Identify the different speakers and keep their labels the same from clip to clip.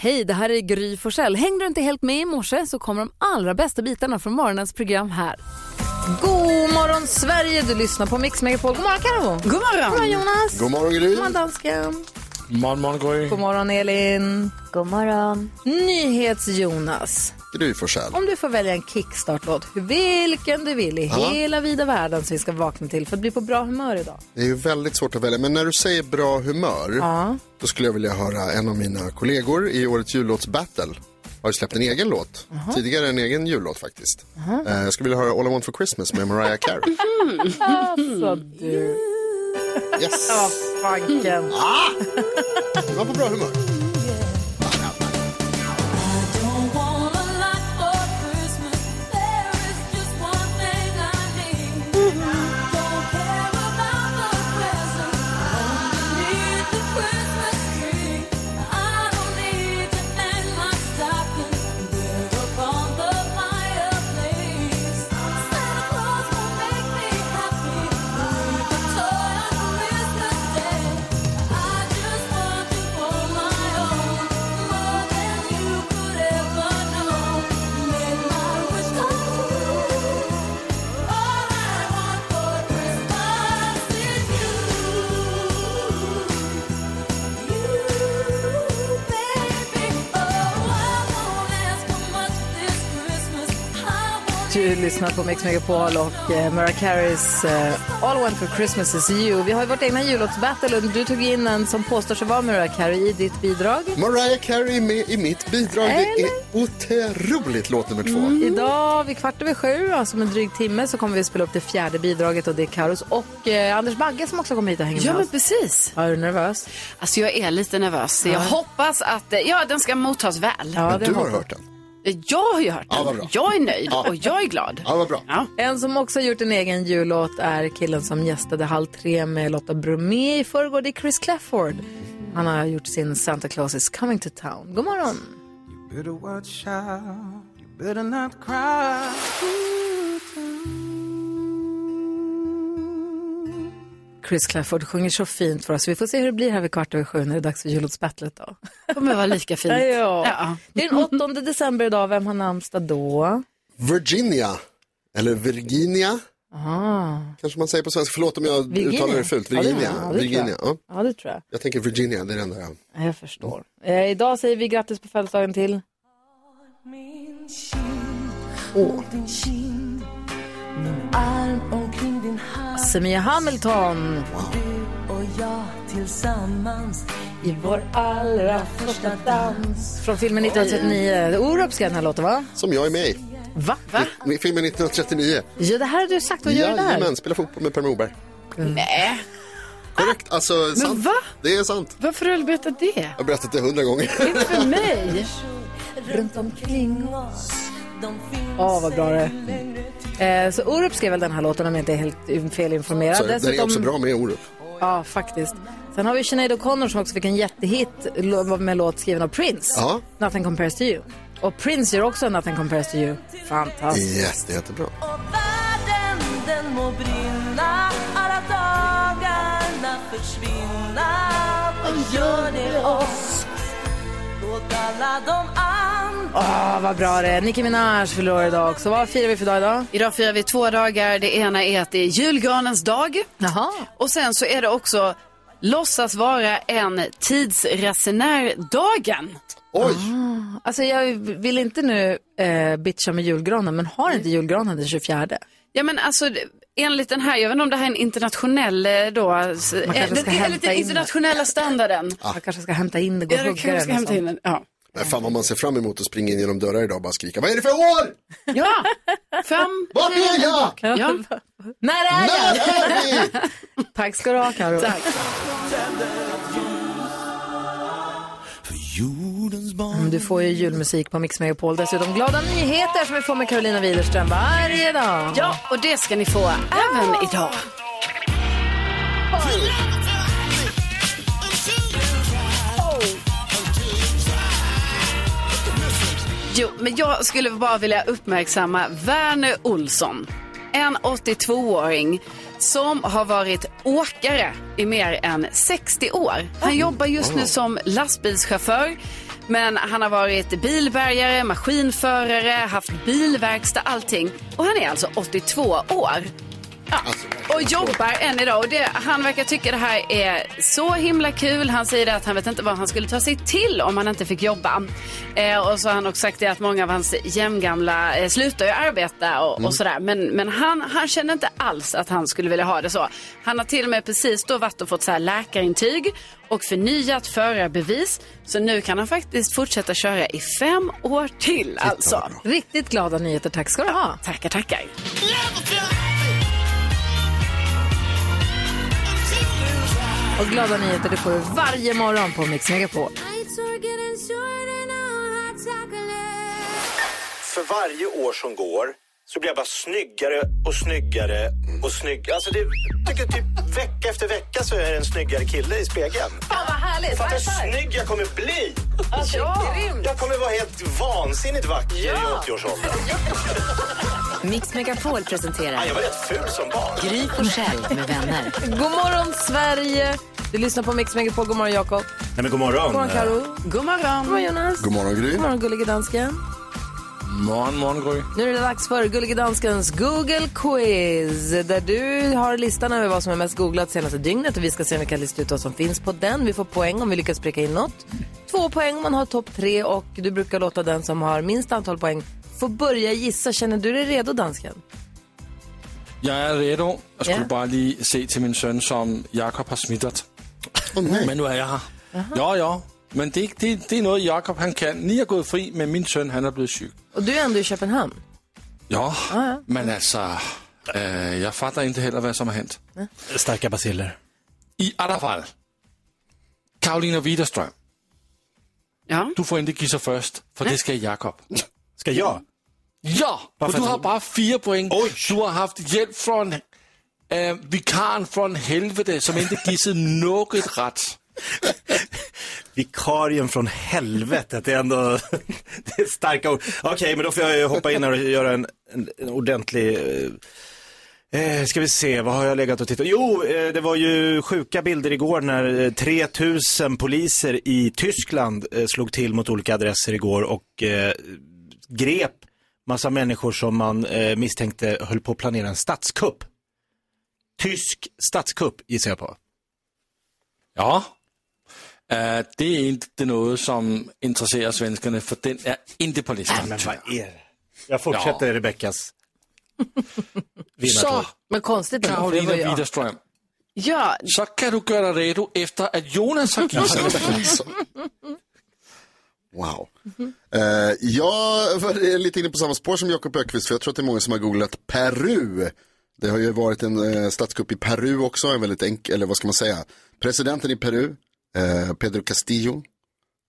Speaker 1: Hej, det här är Gry Forssell. Hängde du inte helt med i morse så kommer de allra bästa bitarna från morgonens program här. God morgon Sverige, du lyssnar på Mix Megapol. God morgon Karo.
Speaker 2: God
Speaker 1: God
Speaker 2: morgon.
Speaker 1: morgon Jonas.
Speaker 3: God morgon, Gry.
Speaker 1: God morgon dansken.
Speaker 4: Morgon, morgon Gry.
Speaker 1: God morgon Elin.
Speaker 5: God morgon.
Speaker 1: Nyhets-Jonas.
Speaker 3: Gry Forssell.
Speaker 1: Om du får välja en kickstart-låt, vilken du vill i
Speaker 3: Ja.
Speaker 1: hela vida världen som vi ska vakna till för att bli på bra humör idag.
Speaker 3: Det är ju väldigt svårt att välja, men när du säger bra humör,
Speaker 1: Ja.
Speaker 3: då skulle jag vilja höra en av mina kollegor i årets jullåtsbattle. Har ju släppt en egen låt, tidigare en egen jullåt faktiskt. Eh, Jag skulle vilja höra All I Want For Christmas med Mariah Carey.
Speaker 6: Hmm.
Speaker 1: Så
Speaker 7: Eh,
Speaker 1: du.
Speaker 3: Yes,
Speaker 1: Alltså, eh. Ja, fanken.
Speaker 7: Ah!
Speaker 3: det var på bra humör.
Speaker 1: Du lyssnar på Mix Megapol och eh, Mariah Careys eh, All I Want For Christmas Is You. Vi har ju vårt egna jullåtsbattle och du tog in en som påstår sig vara Mariah Carey i ditt bidrag.
Speaker 3: Mariah Carey med i mitt bidrag. Det är otroligt låt nummer två.
Speaker 1: Mm.
Speaker 2: Mm.
Speaker 1: Idag vid kvart över sju, alltså om en dryg timme, så kommer vi spela upp det fjärde bidraget och det är Karos och eh, Anders Bagge som också kommer hit och hänger
Speaker 2: Ja,
Speaker 1: med
Speaker 2: men
Speaker 1: oss.
Speaker 2: precis.
Speaker 1: Ja, är du nervös?
Speaker 2: Alltså, jag är lite nervös. Jag hoppas att eh, ja, den ska mottas väl.
Speaker 1: Ja,
Speaker 3: Men
Speaker 1: det
Speaker 3: du har
Speaker 1: hoppas-
Speaker 3: hört den.
Speaker 2: Jag har ju hört
Speaker 3: Ja, vad
Speaker 2: den.
Speaker 3: bra.
Speaker 2: jag är nöjd och jag är glad.
Speaker 3: Ja, vad bra.
Speaker 2: Ja.
Speaker 1: En som också har gjort en egen jullåt är killen som gästade Halv tre med Lotta Bromé i förrgår. Det är Chris Clafford. Han har gjort sin Santa Claus is coming to town. God morgon!
Speaker 8: Better watch out, you better not cry.
Speaker 1: Chris Clafford sjunger så fint för oss. Vi får se hur det blir här vid kvart över sju när det är dags för jullåtsbattlet då.
Speaker 2: Det kommer vara lika fint. Ja.
Speaker 1: Det är den 8 december idag. Vem har namnsdag då?
Speaker 3: Virginia, eller Virginia,
Speaker 1: Ah,
Speaker 3: kanske man säger på svenska. Förlåt om jag
Speaker 1: Virginia.
Speaker 3: uttalar det fult.
Speaker 1: Ja, det-
Speaker 3: Virginia.
Speaker 1: ja, det tror jag.
Speaker 3: Virginia. Ja.
Speaker 1: ja, det tror jag.
Speaker 3: Jag tänker Virginia, det är det enda jag...
Speaker 1: Ja, Jag förstår. Eh, idag säger vi grattis på födelsedagen till... Semia Hamilton. I vår allra första dans. Från filmen 1939. Orup ska den här låten, va?
Speaker 3: Som jag är med i.
Speaker 1: Va? va?
Speaker 3: I filmen 1939.
Speaker 1: Ja, det här har du sagt. Vad gör du där?
Speaker 3: Jajamän, spela fotboll med Per Morberg.
Speaker 1: mm.
Speaker 2: Nej,
Speaker 3: Korrekt, alltså sant.
Speaker 2: va?
Speaker 3: Det är sant.
Speaker 2: varför har du berättat det?
Speaker 3: Jag har berättat det hundra gånger.
Speaker 2: Inte för mig.
Speaker 1: Ja, vad bra det är. Eh, så Orup skrev väl den här låten om jag inte är helt felinformerad.
Speaker 3: Så, den är också bra med Orup.
Speaker 1: Ja, faktiskt. Sen har vi Sinead O'Connor som också fick en jättehit lo- med låt skriven av Prince.
Speaker 3: Ja.
Speaker 1: Nothing compares to you. Och Prince gör också Nothing compares to you. Fantastiskt.
Speaker 3: Yes, det är jättebra.
Speaker 1: Åh, vad bra det är. Nicki Minaj fyller år idag också. Vad firar vi för dag idag?
Speaker 2: Idag firar vi två dagar. Det ena är att det är julgranens dag.
Speaker 1: Jaha.
Speaker 2: Och sen så är det också låtsas vara en tidsresenärdagen.
Speaker 3: Oj,
Speaker 1: Alltså jag vill inte nu eh, bitcha med julgranen, men har inte julgranen den 24?
Speaker 2: Ja men alltså det- enligt den här, jag vet inte om det här är en internationell eh, då, s- eh,
Speaker 1: kanske
Speaker 2: den,
Speaker 1: ska
Speaker 2: enligt
Speaker 1: hämta
Speaker 2: den
Speaker 1: in
Speaker 2: internationella standarden.
Speaker 1: Jag kanske ska hämta in det, gå och
Speaker 2: Ja, du
Speaker 1: hugga
Speaker 2: kanske ska
Speaker 1: den. och
Speaker 2: hämta in
Speaker 1: sånt.
Speaker 2: den. Ja.
Speaker 3: men fan vad man ser fram emot att springa in genom dörrar idag och bara skrika. Vad är det för år?
Speaker 2: ja, fram.
Speaker 3: Vad är jag?
Speaker 2: Ja.
Speaker 1: När är jag?
Speaker 3: När är vi?
Speaker 1: Tack ska du ha, Karo.
Speaker 2: Tack.
Speaker 1: Mm, Du får ju julmusik på Mix Megapol. Dessutom glada nyheter som vi får med Carolina Widerström varje dag.
Speaker 2: Ja, och det ska ni få även idag. Jo, men jag skulle bara vilja uppmärksamma Werner Olsson. En 82-åring som har varit åkare i mer än 60 år. Han jobbar just nu som lastbilschaufför. Men han har varit bilbärgare, maskinförare, haft bilverkstad, allting. Och han är alltså 82 år. Ja. Och jobbar än idag. Och det, han verkar tycka det här är så himla kul. Han säger det att han vet inte vad han skulle ta sig till om han inte fick jobba. Eh, och så har han också sagt det att många av hans jämngamla eh, slutar ju arbeta och, och sådär. Men, men han, han känner inte alls att han skulle vilja ha det så. Han har till och med precis då varit och fått så här läkarintyg och förnyat förarbevis. Så nu kan han faktiskt fortsätta köra i fem år till alltså.
Speaker 1: Riktigt glada nyheter, tack ska du ha.
Speaker 2: Tackar, tackar.
Speaker 1: Och glada nyheter det får du varje morgon på Mix Megapol.
Speaker 4: För varje år som går så blir jag bara snyggare och snyggare och snyggare. Alltså det, jag tycker typ vecka efter vecka så är jag en snyggare kille i spegeln.
Speaker 1: Fan vad härligt!
Speaker 4: Fatta hur snygg jag kommer bli! Jag kommer vara helt vansinnigt vacker i 80-årsåldern.
Speaker 5: Mix Megapol
Speaker 4: Ja,
Speaker 5: presenterar
Speaker 4: jag var rätt ful som barn.
Speaker 5: Gry Forssell med vänner.
Speaker 1: God morgon Sverige! Du lyssnar på Mix Megapol. God morgon Jakob.
Speaker 7: Nej, men god morgon.
Speaker 1: God morgon Karo. God
Speaker 2: God morgon.
Speaker 1: morgon Jonas.
Speaker 3: God morgon Gry.
Speaker 1: God morgon gullige dansken.
Speaker 7: Morgon, morgon, Gry.
Speaker 1: Nu är det dags för gullige danskens Google Quiz. Där du har listan över vad som är mest googlat senaste dygnet. Och vi ska se om vi kan lista ut vad som finns på den. Vi får poäng om vi lyckas pricka in något. Två poäng om man har topp tre. Och du brukar låta den som har minst antal poäng få börja gissa. Känner du dig redo dansken?
Speaker 9: Jeg er redo og skulle
Speaker 1: Ja.
Speaker 9: bare lige se til min søn, som Jakob har smittet.
Speaker 3: Åh nej.
Speaker 9: Men nu er jeg her. Jo, jo. Men det, er ikke- det, det er noget, Jakob han kan. Ni er gået fri, men min søn han er blevet syg.
Speaker 1: Och du är ändå i Köpenhamn.
Speaker 9: Jo, men altså... Øh, jeg fatter ikke heller, hvad som er hent.
Speaker 7: Starka basiller.
Speaker 9: I alle fald. Karolina Widerstrøm,
Speaker 2: Ja.
Speaker 9: du får ikke give sig først, for det skal Jakob.
Speaker 7: Ska jag?
Speaker 9: Ja, for
Speaker 7: Hvorfor
Speaker 9: du har
Speaker 7: det?
Speaker 9: bare fire point.
Speaker 7: Oj.
Speaker 9: Du har haft hjælp fra en øh, vikaren fra en helvede, som ikke gissede noget ret.
Speaker 7: Vikarien från helvetet, det är ändå det är starka ord. Okej, men då får jag ju hoppa in här och göra en, en, en ordentlig... eh, Eh, ska vi se, vad har jag legat och tittat? Jo, eh, det var ju sjuka bilder igår när eh, 3000 poliser i Tyskland eh, slog till mot olika adresser igår och eh, grep massa människor som man eh, misstänkte höll på att planera en statskupp. Tysk statskupp gissar jag på.
Speaker 9: Ja. Uh, det er ikke noget, som interesserer svenskerne, for den er ikke på listen.
Speaker 7: Men vad är det? Jag fortsätter Rebeckas vinnartåg.
Speaker 9: Så,
Speaker 1: Men konstigt ändå, för det var
Speaker 9: Karolina
Speaker 1: ju jag.
Speaker 9: Widerström,
Speaker 2: Ja,
Speaker 9: så kan du gøre dig redo efter, at Jonas har gisset.
Speaker 3: Alltså. Wow. Eh, jag var lite inne på samma spår som Jakob Ökvist för jag tror att det är många som har googlat Peru. Det har ju varit en uh, statskupp i Peru också, en väldigt enkel, eller vad ska man säga, presidenten i Peru, eh, Pedro Castillo,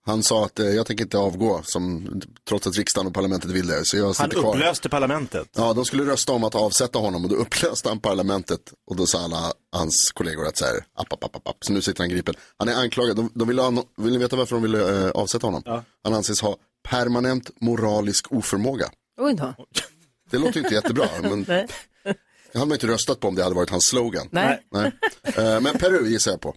Speaker 3: han sa att eh, jag tänker inte avgå, som, trots att riksdagen och parlamentet vill det, så jag
Speaker 7: Han
Speaker 3: sitter kvar.
Speaker 7: upplöste parlamentet.
Speaker 3: Ja, de skulle rösta om att avsätta honom och då upplöste han parlamentet och då sa alla hans kollegor att så här, app, app, app, app, app. så nu sitter han gripen. Han är anklagad, de, de vill, ha, vill ni veta varför de ville eh, avsätta honom? Han anses ha permanent moralisk oförmåga.
Speaker 1: Oj då.
Speaker 3: Det låter ju inte jättebra, men det hade man ju inte röstat på om det hade varit hans slogan.
Speaker 1: Nej.
Speaker 3: Nej. Eh, men Peru gissar jag på.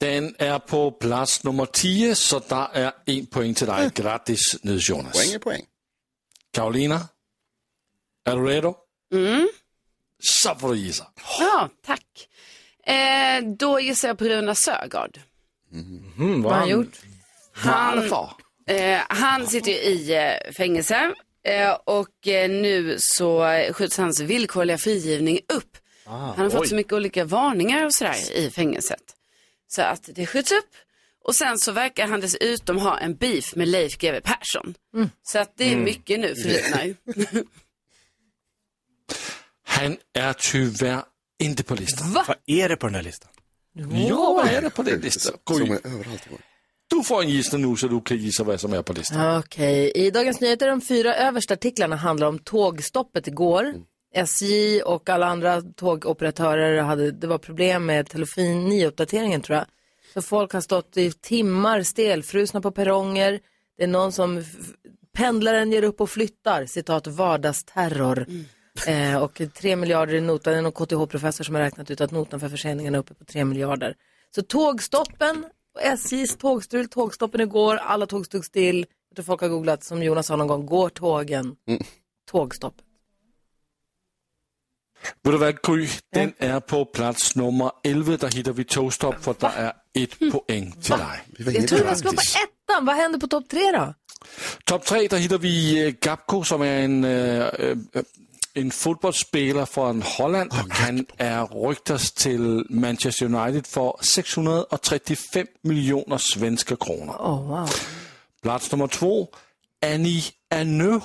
Speaker 9: Den er på plads nummer 10, så der er en point til dig. Gratis, Niels Jonas.
Speaker 3: Poäng är poäng.
Speaker 9: Karolina, er du redo?
Speaker 1: Mm.
Speaker 9: Så får du gisse.
Speaker 2: ja tack. Eh, då gissar jag på Runa Sögaard.
Speaker 1: Vad
Speaker 7: Mm,
Speaker 1: har
Speaker 7: vad han
Speaker 1: han gjort?
Speaker 2: Han, eh, han sitter ju i eh, fängelse eh, och eh, nu så skjuts hans villkorliga frigivning upp. han har fått
Speaker 7: oj.
Speaker 2: så mycket olika varningar och sådär i fängelset. Så att det skjuts upp. Och sen så verkar han dessutom ha en beef med Leif GW Persson. Så att det är mycket nu för Runar.
Speaker 9: Han er tyvärr inte på listan.
Speaker 7: Vad är det på den här listan?
Speaker 9: Jo, vad är det på den listan?
Speaker 3: Som
Speaker 9: Gry,
Speaker 3: är överallt. i år.
Speaker 9: Du får en gissning nu, så du kan gissa vad som är på listan.
Speaker 1: Okej, i Dagens Nyheter de fyra översta artiklarna handlar om tågstoppet igår. SJ och alla andra tågoperatörer hade, det var problem med telefoniuppdateringen tror jag. Så folk har stått i timmar stelfrusna på perronger. Det är någon som, f- pendlaren ger upp och flyttar, citat vardagsterror. Eh, och tre miljarder i notan, det är någon KTH-professor som har räknat ut att notan för förseningen är uppe på tre miljarder. Så tågstoppen Och SJs tågstrul, tågstoppen igår, alla tåg stod still. Jag tror folk har googlat, som Jonas sa någon gång, går tågen?
Speaker 3: Mm.
Speaker 1: Tågstopp.
Speaker 9: Ved du hvad, Gry? Den er på plads nummer 11, der hitter vi togstop, for der er et point til dig.
Speaker 3: Vi var
Speaker 1: Jag
Speaker 3: inget
Speaker 1: trodde vi
Speaker 3: bra.
Speaker 1: skulle vara på ettan, vad händer på topp tre då?
Speaker 9: Top 3, der hitter vi øh, Gapko, som er en, øh, øh, en fodboldspiller fra en Holland. Oh, Han er rygtes til Manchester United for 635 millioner svenske kroner.
Speaker 1: Åh, oh, wow.
Speaker 9: Plads nummer 2, Annie Anø.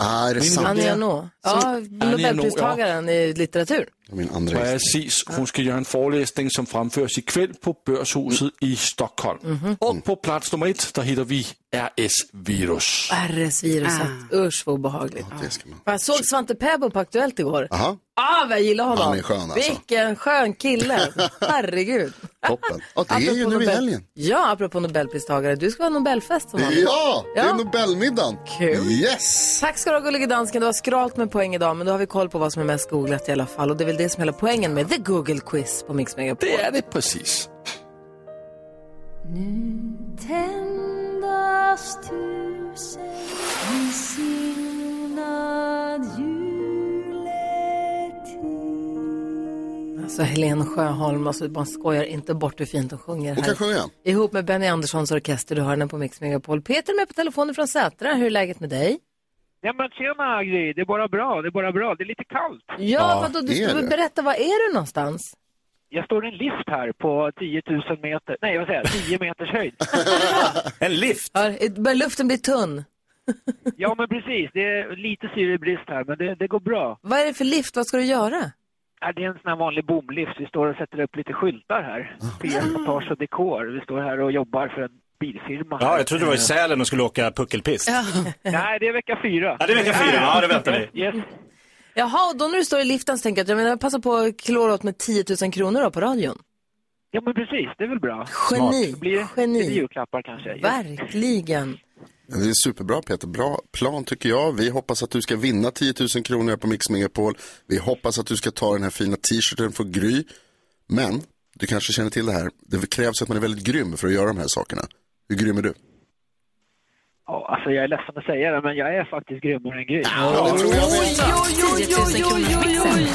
Speaker 3: Ah, är det sant?
Speaker 1: Annie Ernaux. Ja, Nobelpristagaren i litteratur.
Speaker 3: Det var Min andra gissning.
Speaker 9: Præcis. Hun skal gøre en forelæsning, som fremføres i kväll på Børshuset i Stockholm.
Speaker 1: Mhm.
Speaker 9: Og på plads nummer 1, der hitter vi RS-virus.
Speaker 1: RS-viruset. Usch vad obehagligt.
Speaker 3: Ah. Det ska man.
Speaker 1: Jag såg Svante Pääbo på Aktuellt igår.
Speaker 3: Aha,
Speaker 1: Ah, vad jag gillar honom.
Speaker 3: Han är skön, alltså.
Speaker 1: Vilken skön kille. Herregud.
Speaker 3: toppen. Ja, det är ju
Speaker 1: Apropå
Speaker 3: nu i
Speaker 1: Nobel-
Speaker 3: helgen.
Speaker 1: Ja, apropå Nobelpristagare. Du ska ha Nobelfest som vanligt.
Speaker 3: Ja, det
Speaker 1: Ja.
Speaker 3: är Nobelmiddagen.
Speaker 1: Kul.
Speaker 3: Yes!
Speaker 1: Tack ska du ha gullige dansken. Det var skralt med poäng idag, men då har vi koll på vad som är mest googlat i alla fall. Och det är väl det som är hela poängen med The Google Quiz på Mix Megapol.
Speaker 9: Det er det præcis.
Speaker 1: Alltså Helen Sjöholm, alltså man skojar inte bort hur fint hon sjunger.
Speaker 3: Hon
Speaker 1: här.
Speaker 3: kan sjunga.
Speaker 1: Ihop med Benny Anderssons orkester, du hör den på Mix Megapol. Peter är med på telefonen från Sätra. Hur är läget med dig?
Speaker 10: Ja men tjena Gry, det är bara bra, det är bara bra. Det är lite kallt.
Speaker 1: Ja, vadå, du
Speaker 3: det
Speaker 1: ska
Speaker 3: är
Speaker 1: väl
Speaker 3: det.
Speaker 1: berätta, var är du någonstans?
Speaker 10: Jag står i en lift här på 10 000 meter, nej vad säger jag, 10 meters höjd.
Speaker 7: En lift.
Speaker 1: Hör, börjar luften bli tunn?
Speaker 10: Ja men precis, det är lite syrebrist här men det, det går bra.
Speaker 1: Vad är det för lift? Vad ska du göra?
Speaker 10: Ja, Det är en sån här vanlig bomlift, vi står och sätter upp lite skyltar här.
Speaker 1: Mm.
Speaker 10: PR Montage och Dekor, vi står här och jobbar för en bilfirma.
Speaker 7: Ja,
Speaker 10: här.
Speaker 7: jag trodde det var i Sälen och skulle åka puckelpist. Ja,
Speaker 10: Nej, det är vecka fyra.
Speaker 7: det är vecka fyra. Ja, det väntar vi.
Speaker 10: Yes.
Speaker 1: Jaha, och då när du står i liften så tänker jag att jag menar, passa på att klora åt med 10 000 kronor då på radion.
Speaker 10: Ja men precis, det är väl bra.
Speaker 1: Geni,
Speaker 10: Det blir
Speaker 1: geni.
Speaker 10: lite julklappar kanske. Yes.
Speaker 1: Verkligen.
Speaker 3: Det är superbra Peter, bra plan tycker jag. Vi hoppas att du ska vinna 10 000 kronor här på Mix Megapol. Vi hoppas att du ska ta den här fina t-shirten från Gry. Men, du kanske känner till det här, det krävs att man är väldigt grym för att göra de här sakerna. Hur grym är du?
Speaker 10: Ja, alltså jag är ledsen att säga det men jag är faktiskt grymmare än Gry.
Speaker 3: Ja, det tror jag med.
Speaker 5: 10 000 kronors mixen.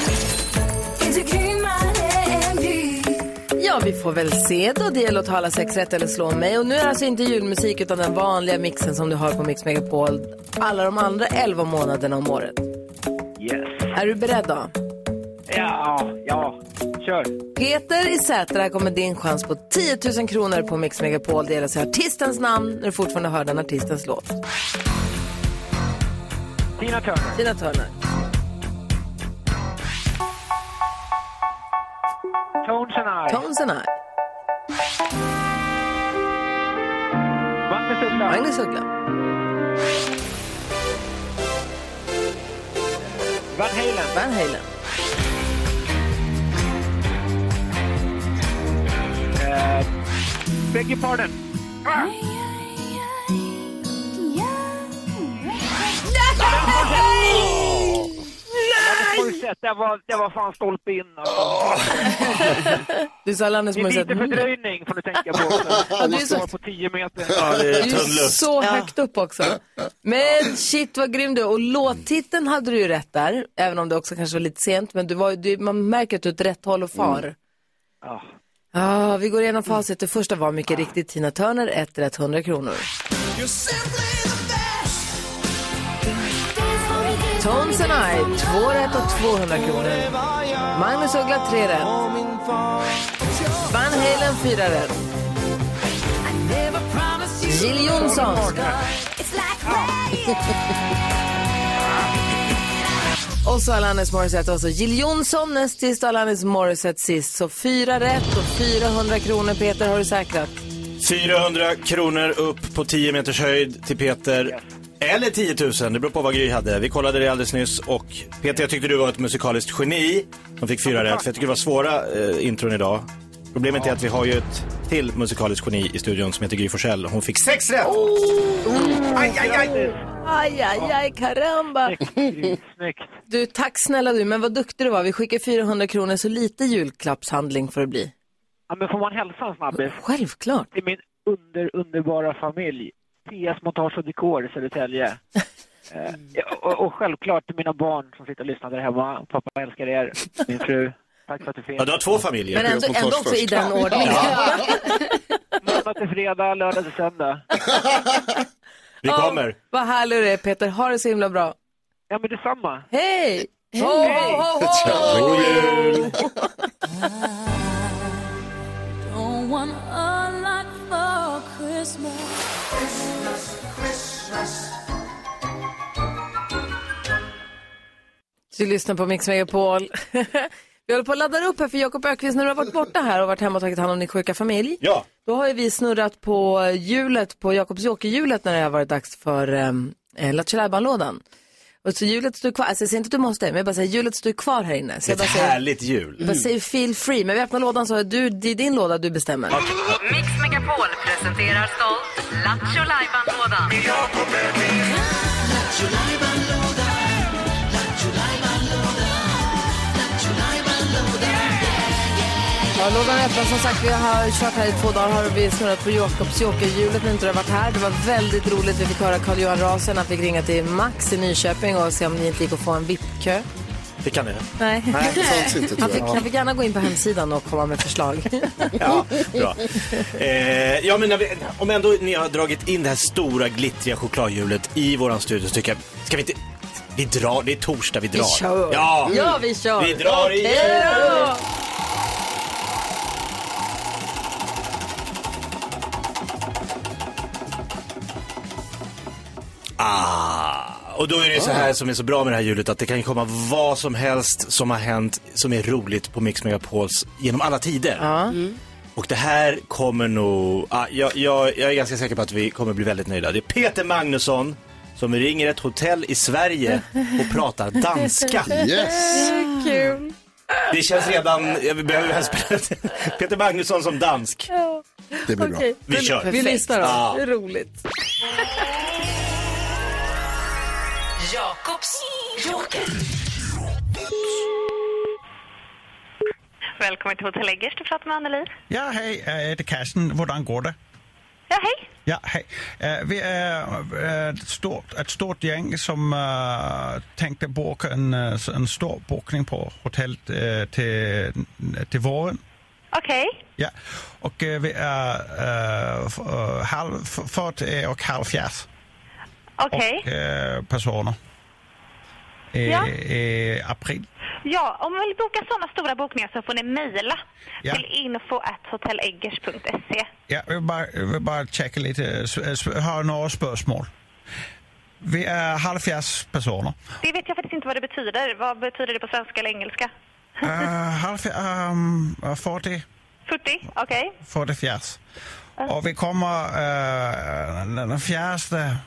Speaker 1: Ja, vi får väl se då. Det gäller att ta alla sex rätt eller slå mig. Och nu är det alltså inte julmusik utan den vanliga mixen som du hör på Mix Megapol alla de andra 11 månaderna om året.
Speaker 10: Yes.
Speaker 1: Är du beredd då?
Speaker 10: Ja, ja, kör.
Speaker 1: Peter i Sätra, här kommer din chans på 10 000 kronor på Mix Megapol. Det gäller att säga artistens namn när du fortfarande hör den artistens låt.
Speaker 10: Tina Turner.
Speaker 1: Tina Turner.
Speaker 10: Tones and I.
Speaker 1: Tones and I.
Speaker 10: Magnus Uggla.
Speaker 1: Magnus Uggla.
Speaker 10: Van Halen.
Speaker 1: Van Halen.
Speaker 10: Uh, beg your pardon. Morissette, det var, det var fan stolpe in. Alltså.
Speaker 1: Du sa Lannes
Speaker 10: Det är
Speaker 1: Morissette.
Speaker 10: lite fördröjning får du tänka på. också.
Speaker 1: det är
Speaker 10: Man
Speaker 1: så-
Speaker 10: står på 10 meter.
Speaker 7: Ja, det är
Speaker 1: Du
Speaker 7: tunn
Speaker 1: är
Speaker 7: luft.
Speaker 1: så högt upp också. Men shit vad grym du är. Och låttiteln hade du ju rätt där, även om det också kanske var lite sent. Men du var, ju- du, man märker att du är åt rätt håll och far.
Speaker 10: Mm. Ja.
Speaker 1: Ah, vi går igenom facit. Det första var mycket riktigt Tina Turner, ett rätt 100 kronor. Tones and I, två rätt och 200 kronor. Magnus Uggla, tre rätt. Van Halen, fyra rätt. Jill Johnson. Och så Alanis Morissette och så Jill Johnson näst sist och Alanis Morissette sist. Så fyra rätt och 400 kronor Peter har du säkrat.
Speaker 7: 400 kronor upp på 10 meters höjd till Peter. Eller 10 000, det beror på vad Gry hade. Vi kollade det alldeles nyss och Peter jag tyckte du var ett musikaliskt geni som fick fyra rätt. För jag tycker det var svåra eh, intron idag. Problemet är att vi har ju ett till musikaliskt geni i studion som heter Gry Forssell. Hon fick sex rätt! Aj, aj, aj.
Speaker 1: Oh! Aj, aj, aj, karamba.
Speaker 10: Snyggt, Snyggt.
Speaker 1: Du, tack snälla du, men vad duktig du var. Vi skickar 400 kronor, så lite julklappshandling får det bli.
Speaker 10: Ja, men får man hälsa en snabbis?
Speaker 1: Självklart.
Speaker 10: Till min under, underbara familj. PS Montage och Dekor i Södertälje. Eh, ja, och, och självklart till mina barn som sitter och lyssnar där hemma. Pappa älskar er. Min fru. Tack för att du finns.
Speaker 7: Ja, du har två familjer.
Speaker 1: Men ändå, ändå också i den ordningen.
Speaker 10: Måndag till fredag, lördag till söndag.
Speaker 7: Vi kommer.
Speaker 1: Vad härlig du är Peter, ha det så himla bra.
Speaker 10: Ja, men detsamma.
Speaker 1: Hej! Ho, ho, ho, ho!
Speaker 7: God jul!
Speaker 5: Don't want a lot for Christmas.
Speaker 1: Du lyssnar på Mix Megapol. Vi håller på att ladda upp här för Jakob Ökvist när du har varit borta här och varit hemma och tagit hand om din sjuka familj.
Speaker 7: Ja.
Speaker 1: Då har ju vi snurrat på hjulet, på Jakobs jokerhjulet när det har varit dags för um, Lattjo Lajban-lådan. Och så hjulet står kvar, alltså jag säger inte att du måste, men jag bara säger hjulet står kvar här inne. Så jag
Speaker 7: Ett
Speaker 1: bara säger,
Speaker 7: härligt jul.
Speaker 1: jag bara säger feel free, men vi öppnar lådan så är du, det är din låda du bestämmer.
Speaker 11: Mix Megapol presenterar stolt Lattjo Lajban-lådan.
Speaker 1: Ja, lådan är öppen. Som sagt, vi har kört här i två dagar. Har vi snurrat på Jakobs Jokerhjulet när inte du har varit här. Det var väldigt roligt. Vi fick höra Carl-Johan Rasen. Han fick ringa till Max i Nyköping och se om ni inte gick att få en VIP-kö.
Speaker 7: Fick han det?
Speaker 1: Nej.
Speaker 3: Sånt inte
Speaker 1: Han
Speaker 3: tror
Speaker 1: fick,
Speaker 3: jag.
Speaker 1: han fick gärna gå in på hemsidan och komma med förslag.
Speaker 7: Ja, bra. Eh, ja, men när vi, om ändå ni har dragit in det här stora glittriga chokladhjulet i våran studio så tycker jag, ska vi inte, vi drar, det är torsdag vi drar.
Speaker 1: Vi kör.
Speaker 7: Ja,
Speaker 1: Ja, vi kör.
Speaker 7: vi drar i
Speaker 1: Hej då!
Speaker 7: Ah, och då är det ju så här som är så bra med det här hjulet att det kan ju komma vad som helst som har hänt som är roligt på Mix Megapols genom alla tider. Och det här kommer nog, ah, jag, jag, jag är ganska säker på att vi kommer bli väldigt nöjda. Det är Peter Magnusson som ringer ett hotell i Sverige och pratar danska.
Speaker 3: Yes!
Speaker 1: Kul.
Speaker 7: Det känns redan, jag behöver helst spela Peter Magnusson som dansk.
Speaker 3: Det blir bra.
Speaker 1: Okej.
Speaker 7: Vi kör.
Speaker 1: Vi lyssnar då.
Speaker 7: Ja.
Speaker 1: Det är roligt.
Speaker 11: Jakobs joker.
Speaker 5: Välkommen till Hotell Eggers, du pratar med Anneli.
Speaker 8: Ja, hej, eh, jag heter Karsten. Hurdan går det?
Speaker 5: Ja, hej.
Speaker 8: Ja, hej. Eh, Vi är eh, ett stort, ett stort gäng som eh, tänkte boka en, eh, en stor bokning på hotellet eh, till, till våren.
Speaker 5: Okej.
Speaker 8: Ja, och eh, vi är eh, f- eh, halv, øh, f- 40 och halv fjärs.
Speaker 5: Okej.
Speaker 8: Och eh, personer. I,
Speaker 5: Ja.
Speaker 8: I april.
Speaker 5: Ja, om man vill boka sådana stora bokningar så får ni mejla
Speaker 8: Ja.
Speaker 5: till info.hotelleggers.se.
Speaker 8: Ja, jag vill bara, jag vill bara checka lite, eh, s- eh, s- har några spörsmål. Vi är halv fjärs personer.
Speaker 5: Det vet jag faktiskt inte vad det betyder. Vad betyder det på svenska eller engelska?
Speaker 8: Uh, halv fjär, um, 40,
Speaker 5: 40? Okej.
Speaker 8: 40 fjärs. Och vi kommer eh, den fjärde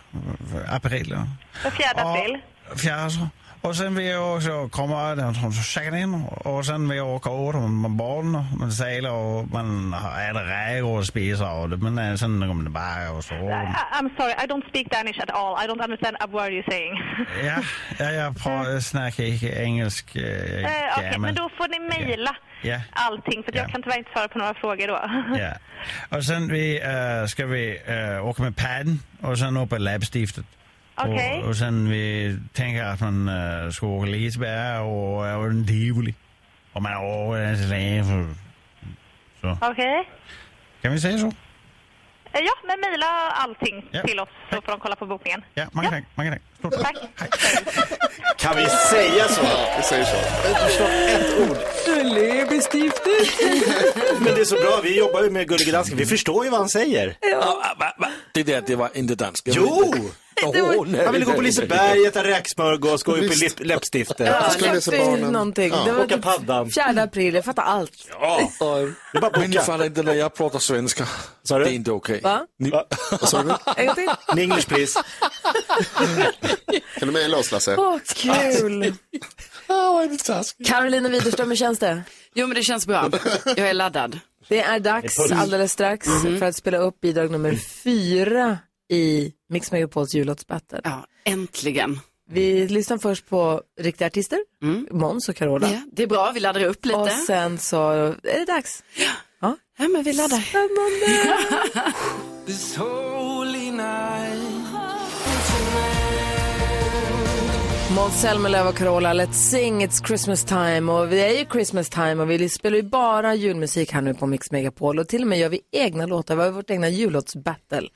Speaker 8: april.
Speaker 5: Den fjärde april?
Speaker 8: Och, fjärde. Och sen vill jag också komma den som checkar in och sen vill jag åka åt med barn. Man seglar och man äter räkor och spiser och det, men eh, sen kommer det bara och så.
Speaker 5: I- I'm sorry, I don't speak Danish at all. I don't understand a word you're saying.
Speaker 8: Ja, ja jag pratar, snackar inte engelsk. eh,
Speaker 5: Eh, Okej,
Speaker 8: gammal.
Speaker 5: men då får ni mejla
Speaker 8: Ja.
Speaker 5: allting för att
Speaker 8: Ja.
Speaker 5: jag kan tyvärr inte svara på några frågor då.
Speaker 8: Ja. Och sen vi, eh, ska vi eh, åka med padden och sen upp i labbstiftet.
Speaker 5: Okej.
Speaker 8: Och, och sen vi tänker att man eh, ska åka Liseberg och, och en tivoli. Och man øh, åker den till Länge.
Speaker 5: Okej.
Speaker 8: Kan vi säga så?
Speaker 5: Eh, Ja, men mejla allting
Speaker 8: Ja.
Speaker 5: till oss så får de kolla på bokningen.
Speaker 8: Ja, många tack. Många tack. Stort tack.
Speaker 5: Tack.
Speaker 7: Kan vi säga så?
Speaker 3: Vi säger så.
Speaker 7: Men det är så bra, vi jobbar ju med Gullige Dansken, vi förstår ju vad han säger.
Speaker 9: Ah, va, va? Det där, det var inte dansk. Jag
Speaker 7: Jo!
Speaker 9: vet inte. Åh, nej,
Speaker 7: Han ville gå
Speaker 9: nej,
Speaker 7: på
Speaker 9: nej.
Speaker 7: Liseberg, äta räksmörgås, gå upp i lip- läppstiftet.
Speaker 1: Ja,
Speaker 3: ska läsa
Speaker 1: läppstift
Speaker 3: barnen.
Speaker 1: någonting.
Speaker 3: Ja.
Speaker 1: Det var typ-
Speaker 7: Åka paddan.
Speaker 1: 4 april, jag fattar allt.
Speaker 7: Ja,
Speaker 9: Och-
Speaker 7: det är bara
Speaker 9: Men ni
Speaker 7: boka.
Speaker 9: fattar inte när jag pratar svenska.
Speaker 7: Sa du?
Speaker 9: Det är inte okej.
Speaker 1: Va?
Speaker 9: Ni-
Speaker 3: Vad sa du?
Speaker 1: En gång till.
Speaker 7: Ninglers pris.
Speaker 3: Kan du mejla oss Lasse?
Speaker 1: Åh, kul. Carolina Widerström, hur känns det?
Speaker 2: Jo, men det känns bra. Jag är laddad.
Speaker 1: Det är dags
Speaker 7: Det är puls.
Speaker 1: alldeles strax
Speaker 2: Mhm.
Speaker 1: för att spela upp bidrag nummer
Speaker 2: Mm.
Speaker 1: fyra i Mix Megapols jullåtsbattle.
Speaker 2: Ja, äntligen.
Speaker 1: Vi lyssnar först på riktiga
Speaker 2: Mm.
Speaker 1: artister, Måns och Carola.
Speaker 2: Ja, det är bra, vi laddar upp lite.
Speaker 1: Och sen så är det dags. Ja. Ja.
Speaker 2: Ja, men vi laddar.
Speaker 1: Måns Zelmerlöw och Carola, Let's sing, it's Christmas time. Och det är ju Christmas time och vi spelar ju bara julmusik här nu på Mix Megapol. Och till och med gör vi egna låtar, vi har ju vårt egna jullåtsbattle.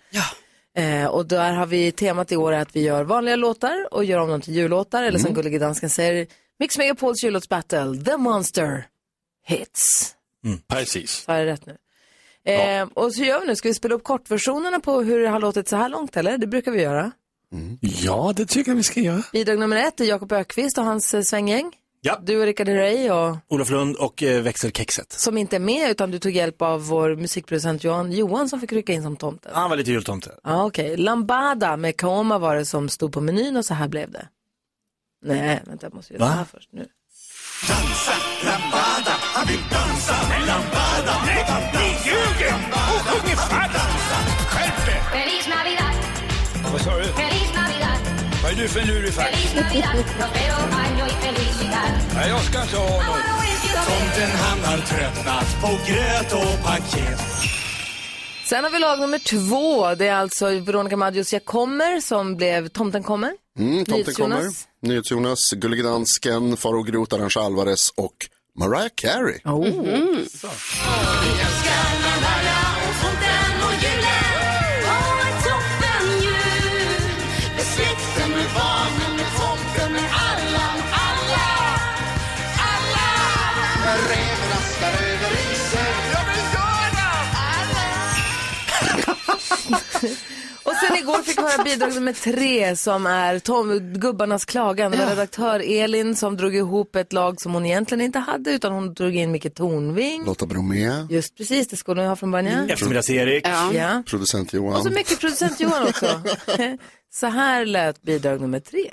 Speaker 1: Eh, och där har vi temat i år är att vi gör vanliga låtar och gör om dem till jullåtar. Eller som Gullige Dansken säger, Mix Megapols jullåtsbattle, The Monster Hits.
Speaker 9: Mm.
Speaker 12: Precis.
Speaker 1: Sa jag rätt nu? Eh, Och så gör vi nu, ska vi spela upp kortversionerna på hur det har låtit så här långt eller? Det brukar vi göra.
Speaker 9: Ja, det tycker jag vi ska göra.
Speaker 1: Bidrag nummer ett är Jakob Ökvist och hans eh, svänggäng.
Speaker 7: Ja.
Speaker 1: Du och Rickard Herrey och
Speaker 7: Olof Lund och eh, växelkexet.
Speaker 1: som inte är med utan du tog hjälp av vår musikproducent Johan, Johan som fick rycka in som tomte.
Speaker 7: Han var lite jultomte.
Speaker 1: Ja, okej. Lambada med Kaoma var det som stod på menyn och så här blev det. Nej, vänta, jag måste göra det här först nu.
Speaker 11: Feliz Navidad,
Speaker 12: Vad sa du?
Speaker 11: feliz Navidad,
Speaker 12: Vad är du för en lurig fan?
Speaker 11: feliz Navidad. Los veo año y felicidad.
Speaker 12: Nej, jag ska inte ha något.
Speaker 11: Ahora voy a
Speaker 12: Tomten han har tröttnat på gröt och paket.
Speaker 1: Sen har vi lag nummer två. Det är alltså Veronica Maggios Jag kommer som blev Tomten kommer.
Speaker 3: Mm, tomten kommer.
Speaker 1: NyhetsJonas.
Speaker 3: NyhetsJonas, Gullige Dansken, Faro Groth, Arantxa Alvarez och Mariah Carey. Mm-hmm.
Speaker 1: Oh. Och sen igår fick vi höra bidrag nummer tre som är Tom, gubbarnas klagan. Det var redaktör Elin som drog ihop ett lag som hon egentligen inte hade utan hon drog in Micke Tornving.
Speaker 3: Lotta Bromé,
Speaker 1: Just precis, det skulle hon ju ha från början. ja.
Speaker 7: Eftermiddags-Erik.
Speaker 1: Ja.
Speaker 3: producent
Speaker 1: Och så
Speaker 3: Johan.
Speaker 1: mycket producent Johan också. Så här lät bidrag nummer tre.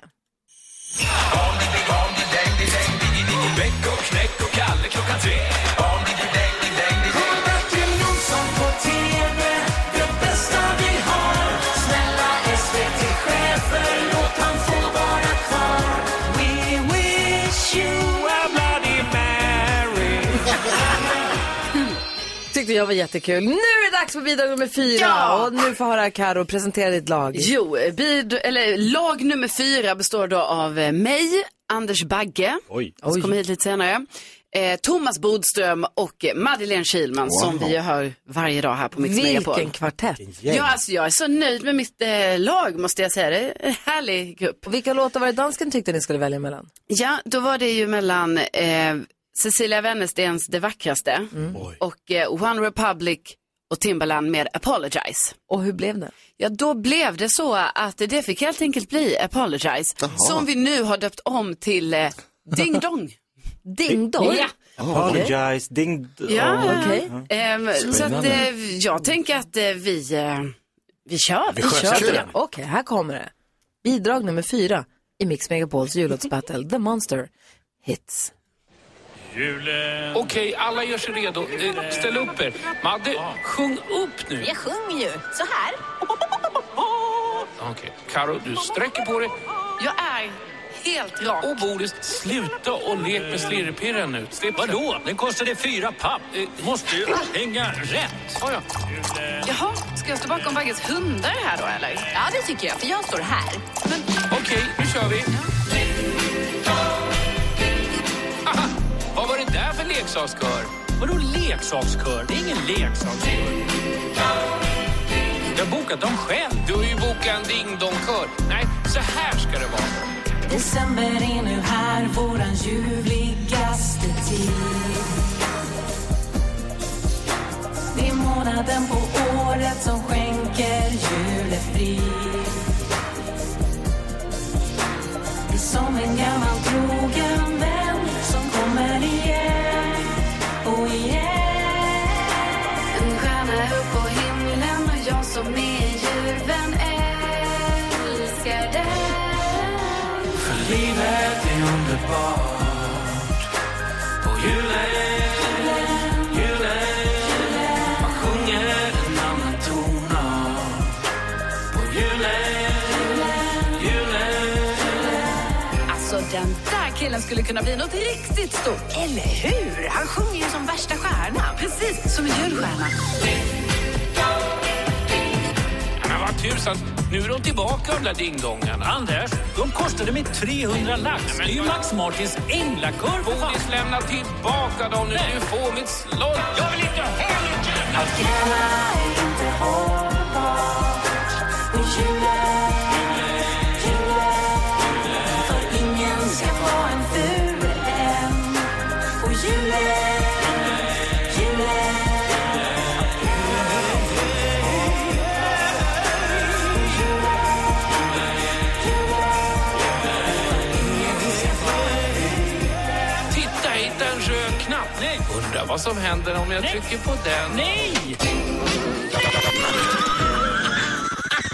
Speaker 1: Tyckte jag var jättekul. Nu är det dags för bidrag nummer fyra.
Speaker 2: Ja!
Speaker 1: Och nu får höra Karo presentera ditt lag.
Speaker 2: Jo, bid, eller, lag nummer fyra består då av eh, mig, Anders Bagge,
Speaker 7: Oj.
Speaker 2: som kommer hit lite senare, eh, Thomas Bodström och eh, Madeleine Kilman som vi ju hör varje dag här på Mix
Speaker 1: Vilken
Speaker 2: Megapol.
Speaker 1: kvartett.
Speaker 2: Ja, alltså jag är så nöjd med mitt eh, lag måste jag säga. Det är en härlig grupp.
Speaker 1: Och vilka låtar var det dansken tyckte ni skulle välja mellan?
Speaker 2: Ja, då var det ju mellan eh, Cecilia Wennerstens Det vackraste och eh, One Republic och Timbaland med Apologize.
Speaker 1: Och hur blev det?
Speaker 2: Ja, då blev det så att det fick helt enkelt bli Apologize,
Speaker 3: Jaha.
Speaker 2: som vi nu har döpt om till eh, Ding Dong.
Speaker 1: Ding dong.
Speaker 2: Ja.
Speaker 7: Apologize, ding...
Speaker 2: Ja,
Speaker 7: Oh.
Speaker 1: Okej.
Speaker 2: Ehm, så att, eh, jag tänker att eh, vi, eh, vi kör. Vi
Speaker 1: Kör vi den. Okej, här kommer det. Bidrag nummer fyra i Mix Megapols jullåtsbattle The Monster Hits.
Speaker 12: Okej, alla gör sig redo. Eh, Ställ upp er. Madde, sjung upp nu.
Speaker 11: Jag sjunger ju så här.
Speaker 12: Okej, Karo, du sträcker på dig.
Speaker 2: Jag är helt rak.
Speaker 12: Och Boris, sluta och lek med slirrepirren nu. Slipp
Speaker 4: Vadå? Den kostade fyra papp. Måste ju hänga rätt.
Speaker 12: ja.
Speaker 2: Jaha, ska jag stå bakom Bagges hundar här då eller?
Speaker 11: Ja, det tycker jag, för jag står här.
Speaker 12: Okej, nu kör vi. Aha, vad var det där för leksakskör?
Speaker 4: Vadå leksakskör? Det är ingen leksakskör. Jag har bokat dem själv.
Speaker 12: Du har ju bokat en ding-dong-kör. Nej, så här ska det vara.
Speaker 2: En stjärna upp på himlen och jag som är djurvän älskar dig.
Speaker 11: Alltså, världen. Där killen skulle kunna bli något riktigt stort. Eller hur? Han sjunger ju som värsta stjärnan. Precis, som en julstjärna.
Speaker 12: Men vad tusan, nu är de tillbaka de där dingdongarna. Anders, de kostade mig 300 lax. Det är ju Max Martins änglakorv. Bodis, lämna tillbaka dem nu. Du får mitt slott. Jag vill inte ha ditt jävla... Titta, jag hittade en röd knapp. Undrar vad som händer om jag trycker på den. Nej!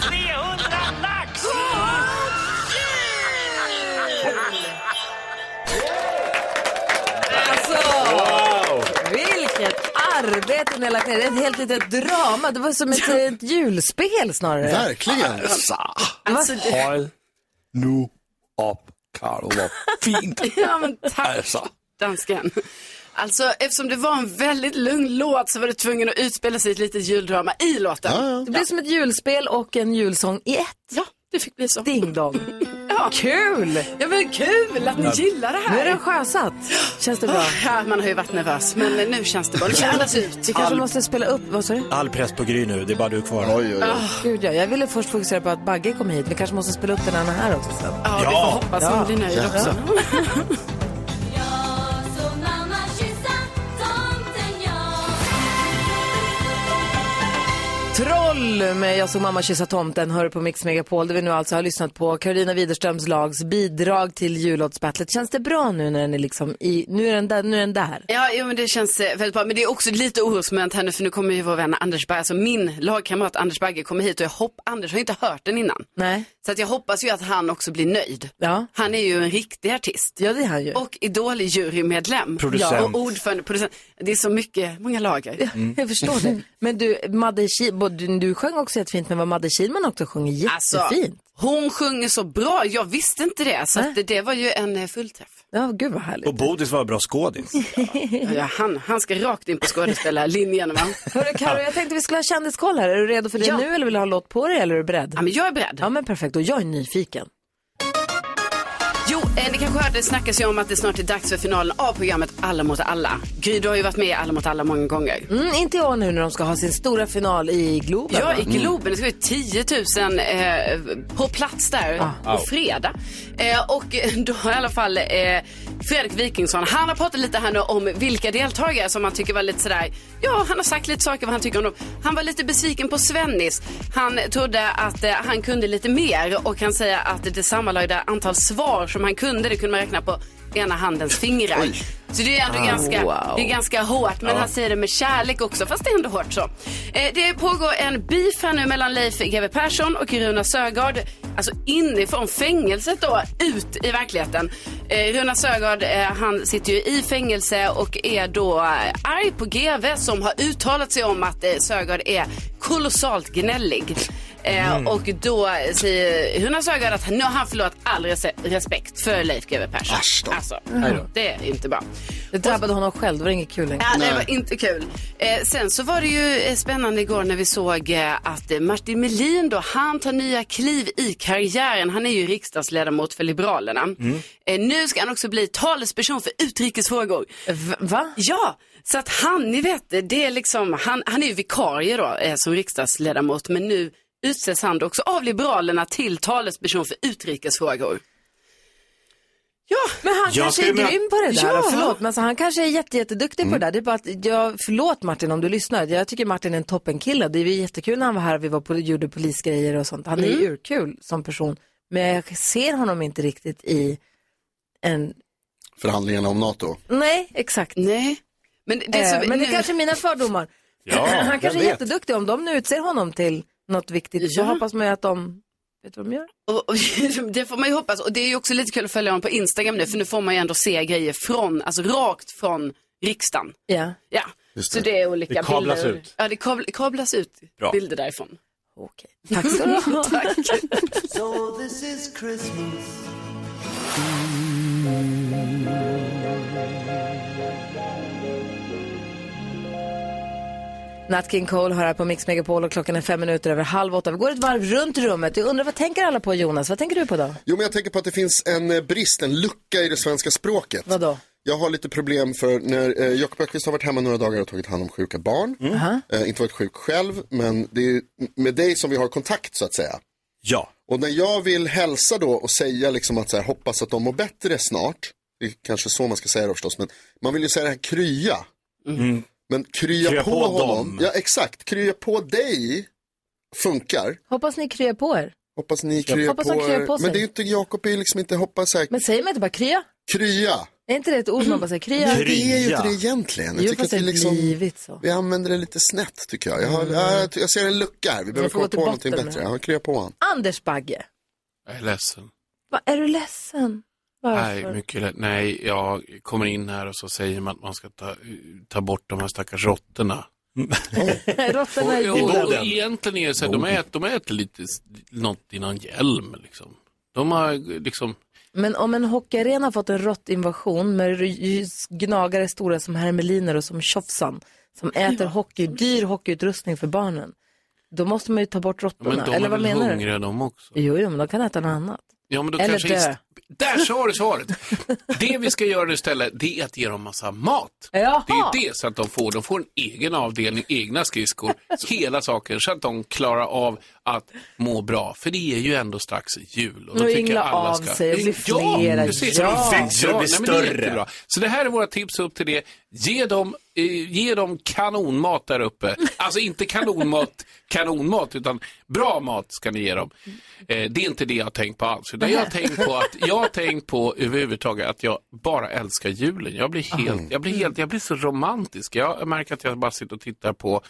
Speaker 13: 300 lax!
Speaker 1: Alltså, vilket arbete ni har lagt ner. Det är ett helt litet drama. Det var som ett, ett julspel snarare.
Speaker 9: Altså,
Speaker 1: Altså, det-
Speaker 9: hold nu op, Karo. Hvor fint.
Speaker 2: Ja, men tack.
Speaker 9: Altså.
Speaker 2: dansken. Alltså eftersom det var en väldigt lugn låt så var det tvungen att utspela sig ett litet juldrama i låten.
Speaker 1: Det blev som ett julspel och en julsång i ett.
Speaker 2: Ja, det fick bli så.
Speaker 1: Ding dong.
Speaker 2: Ja.
Speaker 1: Kul!
Speaker 2: Ja men kul att ni gillar det här.
Speaker 1: Nu är den sjösatt. Känns det bra?
Speaker 2: Ja, man har ju varit nervös men nu känns det bra. Nu kan jag andas ut.
Speaker 1: Vi kanske måste spela upp, vad sa du?
Speaker 7: All press på Gry nu, det är bara du kvar. Ah.
Speaker 1: Gud, ja. Jag ville först fokusera på att Bagge kom hit. Vi kanske måste spela upp den andra här också sen.
Speaker 2: Ja, vi får hoppas hon blir nöjd också.
Speaker 1: Troll med Jag såg mamma kyssa tomten hör på Mix Megapol där vi nu alltså har lyssnat på Karolina Widerströms lags bidrag till jullåtsbattlet. Känns det bra nu när den är liksom i, nu är den där, nu är den där?
Speaker 2: Ja, jo, men det känns eh, väldigt bra. Men det är också lite orosmoment här nu för nu kommer ju vår vän Anders Bagge, alltså min lagkamrat Anders Bagge kommer hit och jag hopp, Anders har ju inte hört den innan.
Speaker 1: Nej.
Speaker 2: Så att jag hoppas ju att han också blir nöjd.
Speaker 1: Ja.
Speaker 2: Han är ju en riktig artist.
Speaker 1: Ja, det är han ju.
Speaker 2: Och Idol-jurymedlem.
Speaker 1: Producent.
Speaker 2: Ja, och ordförande, producent. Det är så mycket, många lager.
Speaker 1: Jag förstår det. Mm. Men du, Madde Kihlman, du, du sjöng också jättefint, men vad Madde Kihlman också sjöng är
Speaker 2: Alltså,
Speaker 1: jättefint.
Speaker 2: hon sjunger så bra, jag visste inte det. Så att det, det var ju en eh, fullträff.
Speaker 1: Ja, gud vad härligt.
Speaker 7: Och Bodis var en bra skådis.
Speaker 2: Ja, han, han ska rakt in på skådespelarlinjen va?
Speaker 1: Hörru Karo, jag tänkte vi skulle ha kändiskoll här. Är du redo för det
Speaker 2: Ja.
Speaker 1: nu eller vill du ha en låt på dig eller är du beredd? Ja,
Speaker 2: men jag är beredd.
Speaker 1: Ja, men perfekt. Och jag är nyfiken.
Speaker 2: Jo, eh, ni kanske hörde det snackas ju om att det snart är dags för finalen av programmet Alla mot alla. Gry, du har ju varit med i Alla mot alla många gånger.
Speaker 1: Mm, inte jag nu när de ska ha sin stora final i Globen.
Speaker 2: Ja,
Speaker 1: va?
Speaker 2: i Globen. Det ska vara 10 000 eh, på plats där
Speaker 1: Ah.
Speaker 2: på fredag. Eh, och eh, då har i alla fall eh, Fredrik Wikingsson, han har pratat lite här nu om vilka deltagare som han tycker var lite sådär, ja, han har sagt lite saker vad han tycker om dem. Han var lite besviken på Svennis. Han trodde att eh, han kunde lite mer och han säger att det sammanlagda antal svar som han kunde, det kunde man räkna på ena handens fingrar. Så det är ändå
Speaker 1: Ah,
Speaker 2: ganska,
Speaker 1: wow.
Speaker 2: det är ganska hårt, men
Speaker 1: Ja.
Speaker 2: han säger det med kärlek också, fast det är ändå hårt så. Eh, det pågår en beef här nu mellan Leif GW Persson och Runa Sögaard. Alltså inifrån fängelset då, ut i verkligheten. Eh, Runa Sögaard, eh, han sitter ju i fängelse och är då eh, arg på GW som har uttalat sig om att eh, Sögaard är kolossalt gnällig. Eh,
Speaker 11: Mm.
Speaker 2: Och då säger Runa Sögaard att nu har han förlorat all rese- respekt för Leif GW Persson. Alltså,
Speaker 1: Mm.
Speaker 2: det är inte bra.
Speaker 1: Det drabbade honom själv, det var inget kul längre.
Speaker 2: Ja, det var inte kul. Eh, sen så var det ju eh, spännande igår när vi såg eh, att eh, Martin Melin då, han tar nya kliv i karriären. Han är ju riksdagsledamot för Liberalerna.
Speaker 3: Mm.
Speaker 2: Eh, nu ska han också bli talesperson för utrikesfrågor.
Speaker 1: Va?
Speaker 2: Ja, så att han, ni vet, det är liksom, han, han är ju vikarie då eh, som riksdagsledamot, men nu utses han då också av Liberalerna till talesperson för utrikesfrågor.
Speaker 1: Men han
Speaker 2: Jag
Speaker 1: kanske är
Speaker 2: skulle mena-
Speaker 1: grym på det där,
Speaker 2: Ja. Mm.
Speaker 1: förlåt. Men alltså, han kanske är jätte, jätteduktig på det där. Det är bara att, jag, förlåt Martin om du lyssnar. Jag tycker Martin är en toppenkille. Det var jättekul när han var här vi var på, gjorde polisgrejer och sånt. Han är
Speaker 2: Mm.
Speaker 1: ju urkul som person. Men jag ser honom inte riktigt i en...
Speaker 3: Förhandlingarna om NATO.
Speaker 1: Nej, exakt.
Speaker 2: Nej. Men det,
Speaker 1: eh,
Speaker 2: som-
Speaker 1: men det
Speaker 2: nu-
Speaker 1: kanske är mina fördomar.
Speaker 3: Ja,
Speaker 1: han
Speaker 3: jag
Speaker 1: kanske är
Speaker 3: vet.
Speaker 1: jätteduktig. Om de nu utser honom till något viktigt så
Speaker 2: Ja.
Speaker 1: hoppas man ju att de... Vet du vad de gör?
Speaker 2: Och, och, det får man ju hoppas. Och det är ju också lite kul att följa honom på Instagram nu, för nu får man ju ändå se grejer från, alltså rakt från riksdagen.
Speaker 1: Ja.
Speaker 2: Ja,
Speaker 1: Just
Speaker 2: så
Speaker 1: det.
Speaker 2: det är olika
Speaker 1: Det kablas
Speaker 2: bilder.
Speaker 1: ut.
Speaker 2: Ja, det kabl- kablas ut
Speaker 1: Bra.
Speaker 2: bilder därifrån.
Speaker 1: Okej, tack ska du ha.
Speaker 2: Tack.
Speaker 13: So this is Christmas.
Speaker 1: Nat King Cole har här på Mix Megapol och klockan är fem minuter över halv åtta. Vi går ett varv runt rummet. Jag undrar vad tänker alla på Jonas? Vad tänker du på då?
Speaker 3: Jo, men jag tänker på att det finns en eh, brist, en lucka i det svenska språket.
Speaker 1: Vadå?
Speaker 3: Jag har lite problem för när eh, Jakob Öqvist har varit hemma några dagar och tagit hand om sjuka barn.
Speaker 1: Mm.
Speaker 3: Eh, inte varit sjuk själv, men det är ju med dig som vi har kontakt så att säga.
Speaker 7: Ja.
Speaker 3: Och när jag vill hälsa då och säga liksom att så här, hoppas att de mår bättre snart. Det är kanske så man ska säga det förstås, men man vill ju säga det här krya.
Speaker 1: Mm.
Speaker 3: Men krya,
Speaker 7: Mm. Krya
Speaker 3: på,
Speaker 7: på
Speaker 3: honom.
Speaker 7: dem.
Speaker 3: Ja, exakt. Krya på dig funkar.
Speaker 1: Hoppas ni kryar på er.
Speaker 3: Hoppas ni kryar
Speaker 1: Hoppas
Speaker 3: på,
Speaker 1: de kryar
Speaker 3: er.
Speaker 1: på sig.
Speaker 3: Men det är ju inte, Jakob är ju liksom inte hoppas så här,
Speaker 1: Men säger man inte bara krya?
Speaker 3: krya.
Speaker 1: Är inte det ett ord man bara säger krya?
Speaker 3: Nej, det är ju inte det egentligen. Jag
Speaker 1: Jo,
Speaker 3: tycker
Speaker 1: fast
Speaker 3: att vi,
Speaker 1: det har
Speaker 3: liksom,
Speaker 1: blivit så.
Speaker 3: vi använder det lite snett tycker jag. Jag, har, jag, jag ser en lucka här, vi behöver
Speaker 1: Mm. får gå
Speaker 3: komma på någonting
Speaker 1: till botten med
Speaker 3: bättre.
Speaker 1: det.
Speaker 3: Ja, krya på honom.
Speaker 1: Anders Bagge,
Speaker 13: Jag är ledsen.
Speaker 1: vad är du ledsen?
Speaker 13: Nej, mycket lätt. Nej, jag kommer in här och så säger man att man ska ta, ta bort de här stackars råttorna.
Speaker 1: Råttorna är
Speaker 13: Och- och- och
Speaker 1: goda.
Speaker 13: Egentligen är det så här, de äter, de äter lite s- något i någon hjälm. Liksom. De har liksom,
Speaker 1: Men om en hockeyarena har fått en råttinvasion med r- gnagare stora som hermeliner och som tjofsan som äter hockey, dyr hockeyutrustning för barnen, då måste man ju ta bort råttorna.
Speaker 13: men de
Speaker 1: Eller vad
Speaker 13: är väl
Speaker 1: menar du?
Speaker 13: hungriga de också.
Speaker 1: Jo, jo, men de kan äta något annat.
Speaker 13: Ja, men då
Speaker 1: Eller
Speaker 13: kanske
Speaker 1: dö.
Speaker 13: Ist- Där sa du svaret. Det vi ska göra istället, det är att ge dem massa mat.
Speaker 1: Jaha.
Speaker 13: Det är det så att de får, de får en egen avdelning, egna skridskor, hela saken, så att de klarar av att må bra. För det är ju ändå strax jul. Och då
Speaker 1: Och
Speaker 13: tycker
Speaker 1: yngla
Speaker 13: jag alla
Speaker 1: av
Speaker 13: ska...
Speaker 1: sig och bli
Speaker 13: Ja,
Speaker 1: flera.
Speaker 13: precis.
Speaker 1: Ja.
Speaker 13: Så de
Speaker 7: växer och blir
Speaker 13: Ja, nej, men det är
Speaker 7: större.
Speaker 13: jättebra. Så det här är våra tips upp till det. Ge dem, eh, ge dem kanonmat där uppe. Alltså inte kanonmat, kanonmat, utan bra mat ska ni ge dem. Eh, det är inte det jag har tänkt på alls. Utan jag har tänkt på att jag har tänkt på överhuvudtaget att jag bara älskar julen. Jag blir helt, jag blir helt, jag blir så romantisk. Jag märker att jag bara sitter och tittar på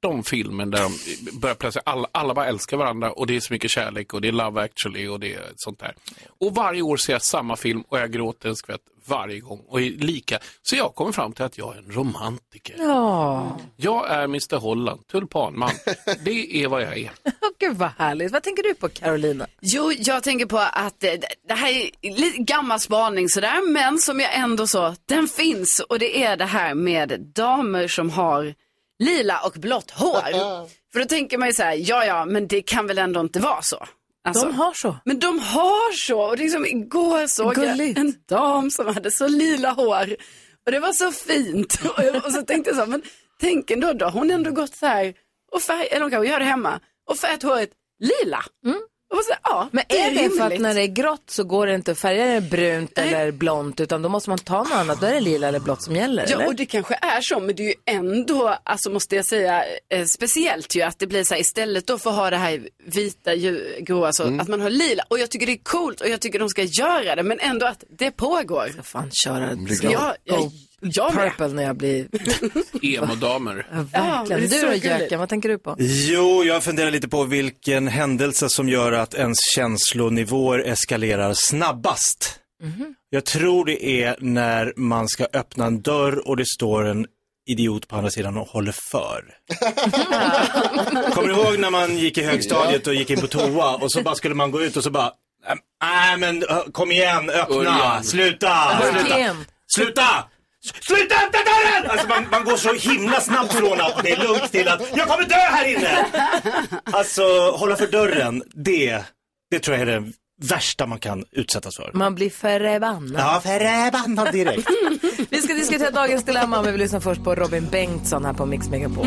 Speaker 13: 18 filmer där de börjar plötsligt, alla, alla bara älskar varandra och det är så mycket kärlek och det är Love actually och det är sånt där. Och varje år ser jag samma film och jag gråter en skvätt varje gång och är lika. Så jag kommer fram till att jag är en romantiker.
Speaker 1: Ja,
Speaker 13: Jag är Mr Holland, tulpanman. Det är vad jag är.
Speaker 1: gud vad härligt. Vad tänker du på Carolina?
Speaker 2: Jo, jag tänker på att eh, det här är lite gammal spaning sådär, men som jag ändå så, den finns. Och det är det här med damer som har lila och blått hår. För då tänker man ju så här, ja ja, men det kan väl ändå inte vara så. Alltså,
Speaker 1: De har så.
Speaker 2: Men de har så, och liksom igår såg
Speaker 1: Gulligt.
Speaker 2: jag en dam som hade så lila hår. Och det var så fint. Och, jag, och så tänkte jag så, här, men tänk ändå då, hon har ändå gått så här, och färg, eller hon kanske gör det hemma, och färgat håret lila. Och så, här, ja,
Speaker 1: Mm. Men är det för att
Speaker 2: rimligt.
Speaker 1: när det är grått så går det inte att färga det brunt eller blont utan då måste man ta något annat. Då är det lila eller blått som gäller.
Speaker 2: Ja,
Speaker 1: eller?
Speaker 2: och det kanske är så, men det är ju ändå, alltså måste jag säga, eh, speciellt ju att det blir så här, istället då för att ha det här vita, ju- gråa, så att man har lila. Och jag tycker det är coolt och jag tycker de ska göra det, men ändå att det pågår.
Speaker 1: Fan, köra.
Speaker 3: blir glad.
Speaker 2: Ja, jag,
Speaker 1: Go
Speaker 2: jag med.
Speaker 1: purple när jag blir...
Speaker 13: Emodamer.
Speaker 1: Ja,
Speaker 2: Ja, men det
Speaker 1: verkligen.
Speaker 2: är
Speaker 1: du
Speaker 2: så
Speaker 1: då
Speaker 2: gulligt.
Speaker 1: Jöken, vad tänker du på?
Speaker 7: Jo, jag funderar lite på vilken händelse som gör att ens känslonivåer eskalerar snabbast. Jag tror det är när man ska öppna en dörr och det står en idiot på andra sidan och håller för. Kommer du ihåg när man gick i högstadiet och gick in på toa och så bara skulle man gå ut och så bara, nej men ö, kom igen, öppna,
Speaker 13: Örjan.
Speaker 7: sluta, sluta.
Speaker 1: Örjan.
Speaker 7: Sluta! S- Sluta öppna dörren! Alltså man, man går så himla snabbt från att det är lugnt till att jag kommer dö här inne! Alltså hålla för dörren, det, det tror jag är det värsta man kan utsättas för.
Speaker 1: Man blir förbannad.
Speaker 7: Ja, förbannad direkt.
Speaker 1: Vi ska diskutera dagens dilemma, men vi lyssnar först på Robin Bengtsson här på Mix Megapol.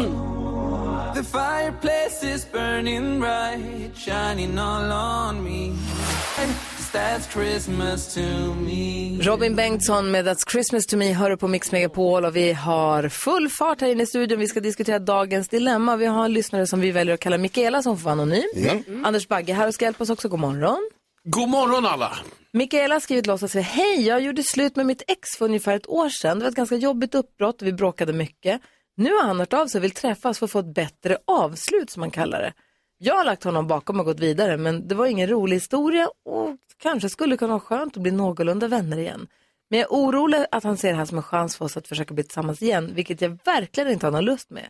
Speaker 13: The fireplace is burning bright, shining all on me. That's Christmas to me.
Speaker 1: Robin Bengtsson med That's Christmas to me hör du på Mix Megapol och vi har full fart här inne i studion. Vi ska diskutera dagens dilemma. Vi har en lyssnare som vi väljer att kalla Mikaela som får vara anonym. Anders Bagge här och ska hjälpa oss också. God morgon.
Speaker 13: God morgon alla.
Speaker 1: Mikaela har skrivit till oss och säger Hej, jag gjorde slut med mitt ex för ungefär ett år sedan. Det var ett ganska jobbigt uppbrott och vi bråkade mycket. Nu har han hört av sig och vill träffas för att få ett bättre avslut som man kallar det. Jag har lagt honom bakom och gått vidare men det var ingen rolig historia och kanske skulle kunna vara skönt att bli någorlunda vänner igen. Men jag är orolig att han ser det här som en chans för oss att försöka bli tillsammans igen, vilket jag verkligen inte har någon lust med.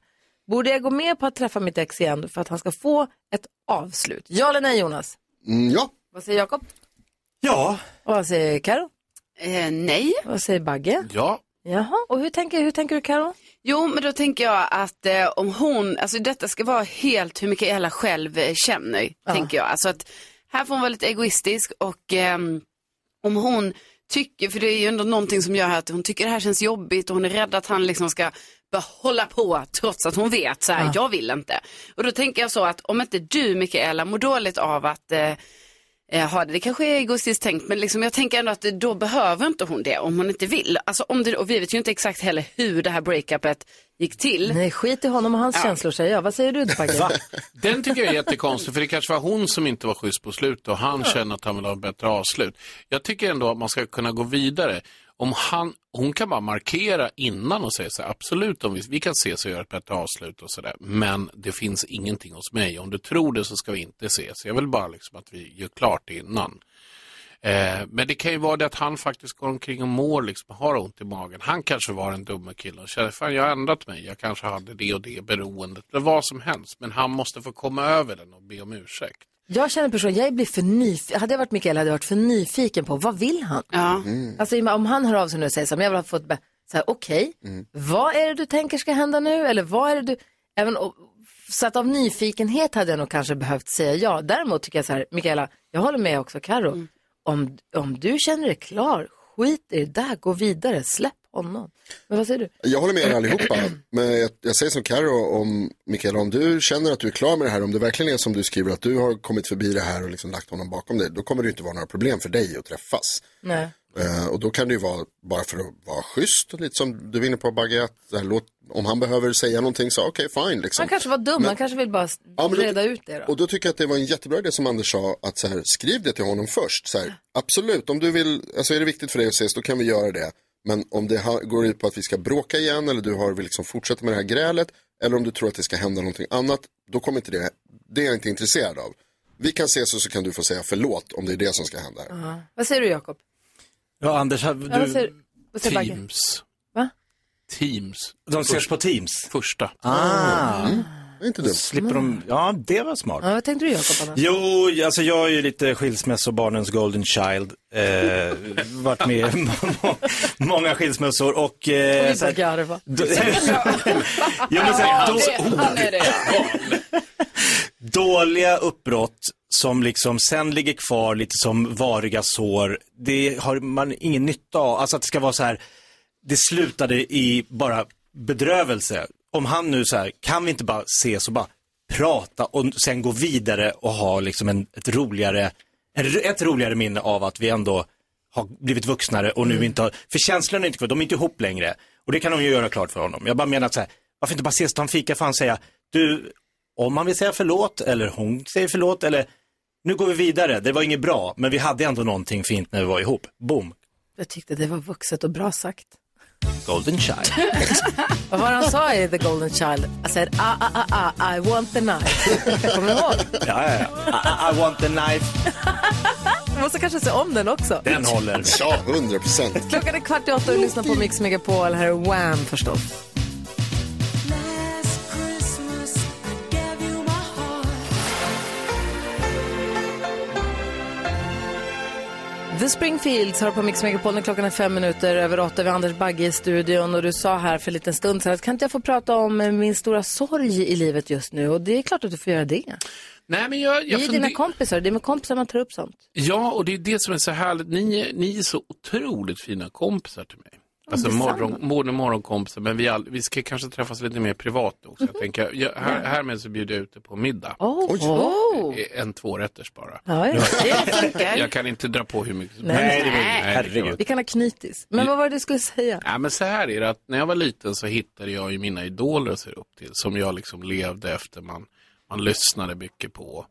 Speaker 1: Borde jag gå med på att träffa mitt ex igen för att han ska få ett avslut? Ja eller nej Jonas?
Speaker 3: Mm, ja,
Speaker 1: Vad säger Jakob?
Speaker 7: Ja,
Speaker 1: Och vad säger Karo?
Speaker 2: Eh, nej.
Speaker 1: Vad säger Bagge?
Speaker 13: Ja.
Speaker 1: Jaha, och hur tänker, hur tänker du Karo?
Speaker 2: Jo, men då tänker jag att eh, om hon, alltså detta ska vara helt hur Mikaela själv eh, känner, tänker jag. Alltså att här får hon vara lite egoistisk och ehm, om hon tycker, för det är ju ändå någonting som gör att hon tycker det här känns jobbigt och hon är rädd att han liksom ska bara hålla på trots att hon vet så här,
Speaker 11: Ja.
Speaker 2: jag vill inte. Och då tänker jag så att om inte du Mikaela mår dåligt av att eh, eh, ha det, det kanske är egoistiskt tänkt, men liksom jag tänker ändå att det- då behöver inte hon det om hon inte vill. Alltså om det, och vi vet ju inte exakt heller hur det här breakupet gick till.
Speaker 1: Nej, skit i honom och hans
Speaker 2: Ja.
Speaker 1: känslor säger jag. Vad säger du Bagge?
Speaker 13: Den tycker jag är jättekonstig, för det kanske var hon som inte var schysst på slutet och han känner att han vill ha ett bättre avslut. Jag tycker ändå att man ska kunna gå vidare. Om han, hon kan bara markera innan och säga så här, absolut, om vi, vi kan ses och göra ett bättre avslut och sådär, men det finns ingenting hos mig. Om du tror det så ska vi inte ses. Jag vill bara liksom att vi gör klart det innan. Eh, men det kan ju vara det att han faktiskt går omkring och mår liksom, och har ont i magen. Han kanske var den dumma killen och känner, fan jag har ändrat mig, jag kanske hade det och det beroendet, eller vad som helst. Men han måste få komma över den och be om ursäkt.
Speaker 1: Jag känner personligen, jag blir för nyfiken, hade jag varit Mikael hade jag varit för nyfiken på vad vill han?
Speaker 2: Ja.
Speaker 3: Mm.
Speaker 1: Alltså om han hör av sig nu och säger så här, men jag vill ha fått, bä- så här, okej,
Speaker 3: Mm.
Speaker 1: vad är det du tänker ska hända nu? Eller vad är det du, även, och- så att av nyfikenhet hade jag nog kanske behövt säga ja. Däremot tycker jag så här, Mikaela, jag håller med också Karo. Om, om du känner dig klar, skit i det där, gå vidare, släpp honom. Men vad säger du?
Speaker 3: Jag håller med er allihopa, men jag, jag säger som Karo om Mikaela, om du känner att du är klar med det här, om det verkligen är som du skriver att du har kommit förbi det här och liksom lagt honom bakom dig, då kommer det ju inte vara några problem för dig att träffas.
Speaker 1: Nej.
Speaker 3: Eh, och då kan det ju vara, bara för att vara schysst, lite som du var inne på Bagge, att så här, låt, om han behöver säga någonting så okej, fine. Liksom.
Speaker 1: Han kanske var dum,
Speaker 3: Men-
Speaker 1: han kanske vill bara
Speaker 3: Ja, men då-
Speaker 1: reda ut det då.
Speaker 3: Och då tycker jag att det var en jättebra idé som Anders sa, att så här, skriv det till honom först. Så här, absolut, om du vill, alltså är det viktigt för dig att ses, då kan vi göra det. Men om det ha- går ut på att vi ska bråka igen eller du har, vill liksom fortsätta med det här grälet, eller om du tror att det ska hända någonting annat, då kommer inte det, det är jag inte intresserad av. Vi kan ses och så kan du få säga förlåt om det är det som ska hända. här.
Speaker 1: Ja. Vad säger du Jakob?
Speaker 7: Ja, Anders, har
Speaker 1: Ja, vad säger, vad säger Bagge?
Speaker 13: Teams.
Speaker 1: Va?
Speaker 13: Teams.
Speaker 7: De ses på Teams?
Speaker 13: Första.
Speaker 7: Ah.
Speaker 3: Inte
Speaker 7: dumt. Slipper de... Ja, det var smart.
Speaker 1: Ja, vad tänkte du Jakob annars?
Speaker 7: Jo, alltså jag är ju lite skilsmässobarnens golden child. Eh, varit med i må- många skilsmässor och...
Speaker 1: Och
Speaker 7: Eh,
Speaker 1: vi bara garva.
Speaker 7: då, ja, men så här, då, Dåliga uppbrott som liksom sen ligger kvar lite som variga sår. Det har man ingen nytta av. Alltså att det ska vara så här, det slutade i bara bedrövelse. Om han nu så här, kan vi inte bara ses och bara prata och sen gå vidare och ha liksom en, ett, roligare, en, ett roligare minne av att vi ändå har blivit vuxnare och nu inte har, för känslorna är inte kvar, de är inte ihop längre. Och det kan de ju göra klart för honom. Jag bara menar att så här, varför inte bara ses, ta en fika, fan säga, du, om han vill säga förlåt eller hon säger förlåt eller nu går vi vidare, det var inget bra, men vi hade ändå någonting fint när vi var ihop. Boom,
Speaker 1: Jag tyckte det var vuxet och bra sagt.
Speaker 7: golden child.
Speaker 1: Vad var det han sa i The Golden Child? I said, ah, ah, ah, ah, I want the knife. Kommer du ihåg?
Speaker 7: Ja, ja, ja. I, I want the knife.
Speaker 1: Jag måste kanske se om den också.
Speaker 7: Den håller.
Speaker 3: Ja, 100 procent.
Speaker 1: Klockan är kvart i åtta och du lyssnar på Mix Megapol. Här är Wham förstås. The Springfields har på Mix Megapol när klockan är fem minuter över åtta. Vi har Anders Bagge i studion och du sa här för en liten stund sedan att kan inte jag få prata om eh, min stora sorg i livet just nu? Och det är klart att du får göra det.
Speaker 13: Nej, men jag,
Speaker 1: Vi
Speaker 13: jag
Speaker 1: är
Speaker 13: funderar-
Speaker 1: dina kompisar, det är med kompisar man tar upp sånt.
Speaker 13: Ja, och det är det som är så härligt. Ni, är- ni är så otroligt fina kompisar till mig. Alltså
Speaker 1: detsamma.
Speaker 13: morgon, morgon, morgonkompisar, men vi, all, vi ska kanske träffas lite mer privat nu också. Jag tänker, jag, här, härmed så bjuder jag ut er på middag. Eh,
Speaker 1: Oh. Oj. Oh.
Speaker 13: En tvårätters bara.
Speaker 1: Ja, ja. Det funkar.
Speaker 13: Jag kan inte dra på hur mycket som
Speaker 1: Nej,
Speaker 13: helst.
Speaker 1: nej.
Speaker 13: det kan man
Speaker 1: Vi
Speaker 13: inte.
Speaker 1: kan ha knytis. Men vad var det du skulle säga?
Speaker 13: Ja, men så här är det att när jag var liten så hittade jag ju mina idoler att se upp till som jag liksom levde efter man, man lyssnade mycket på.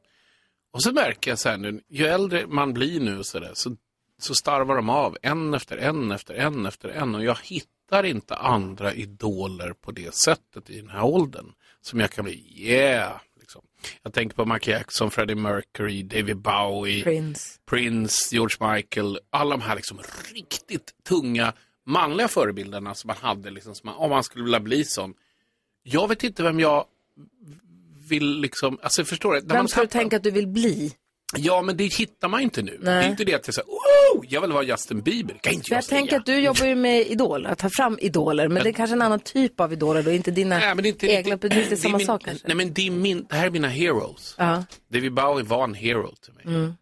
Speaker 13: Och så märker jag så här nu, ju äldre man blir nu så där, så, så starvar de av en efter en efter en efter en och jag hittar inte andra idoler på det sättet i den här åldern som jag kan bli, yeah! Liksom. Jag tänker på Michael Jackson, Freddie Mercury, David Bowie,
Speaker 1: Prince.
Speaker 13: Prince, George Michael, alla de här liksom riktigt tunga manliga förebilderna som man hade, liksom, som man, om man skulle vilja bli sån. Jag vet inte vem jag vill liksom, alltså förstår du? När
Speaker 1: Vem
Speaker 13: man
Speaker 1: ska du
Speaker 13: tappar-
Speaker 1: tänka att du vill bli?
Speaker 13: Ja, men det hittar man ju inte nu.
Speaker 1: Nej.
Speaker 13: Det är inte det att jag säger, oh, jag vill vara Justin Bieber. Det kan inte
Speaker 1: För
Speaker 13: jag
Speaker 1: jag
Speaker 13: säga.
Speaker 1: tänker att du jobbar ju med idol, att ta fram idoler, men det är kanske en annan typ av idoler då, inte dina
Speaker 13: Nej, men det är inte
Speaker 1: egna,
Speaker 13: riktigt-
Speaker 1: det är inte
Speaker 13: det är
Speaker 1: samma
Speaker 13: min-
Speaker 1: sak kanske.
Speaker 13: Nej, men det, är min, det här är mina heroes.
Speaker 1: Ja.
Speaker 13: David Bowie var en hero till mig.
Speaker 1: Mm.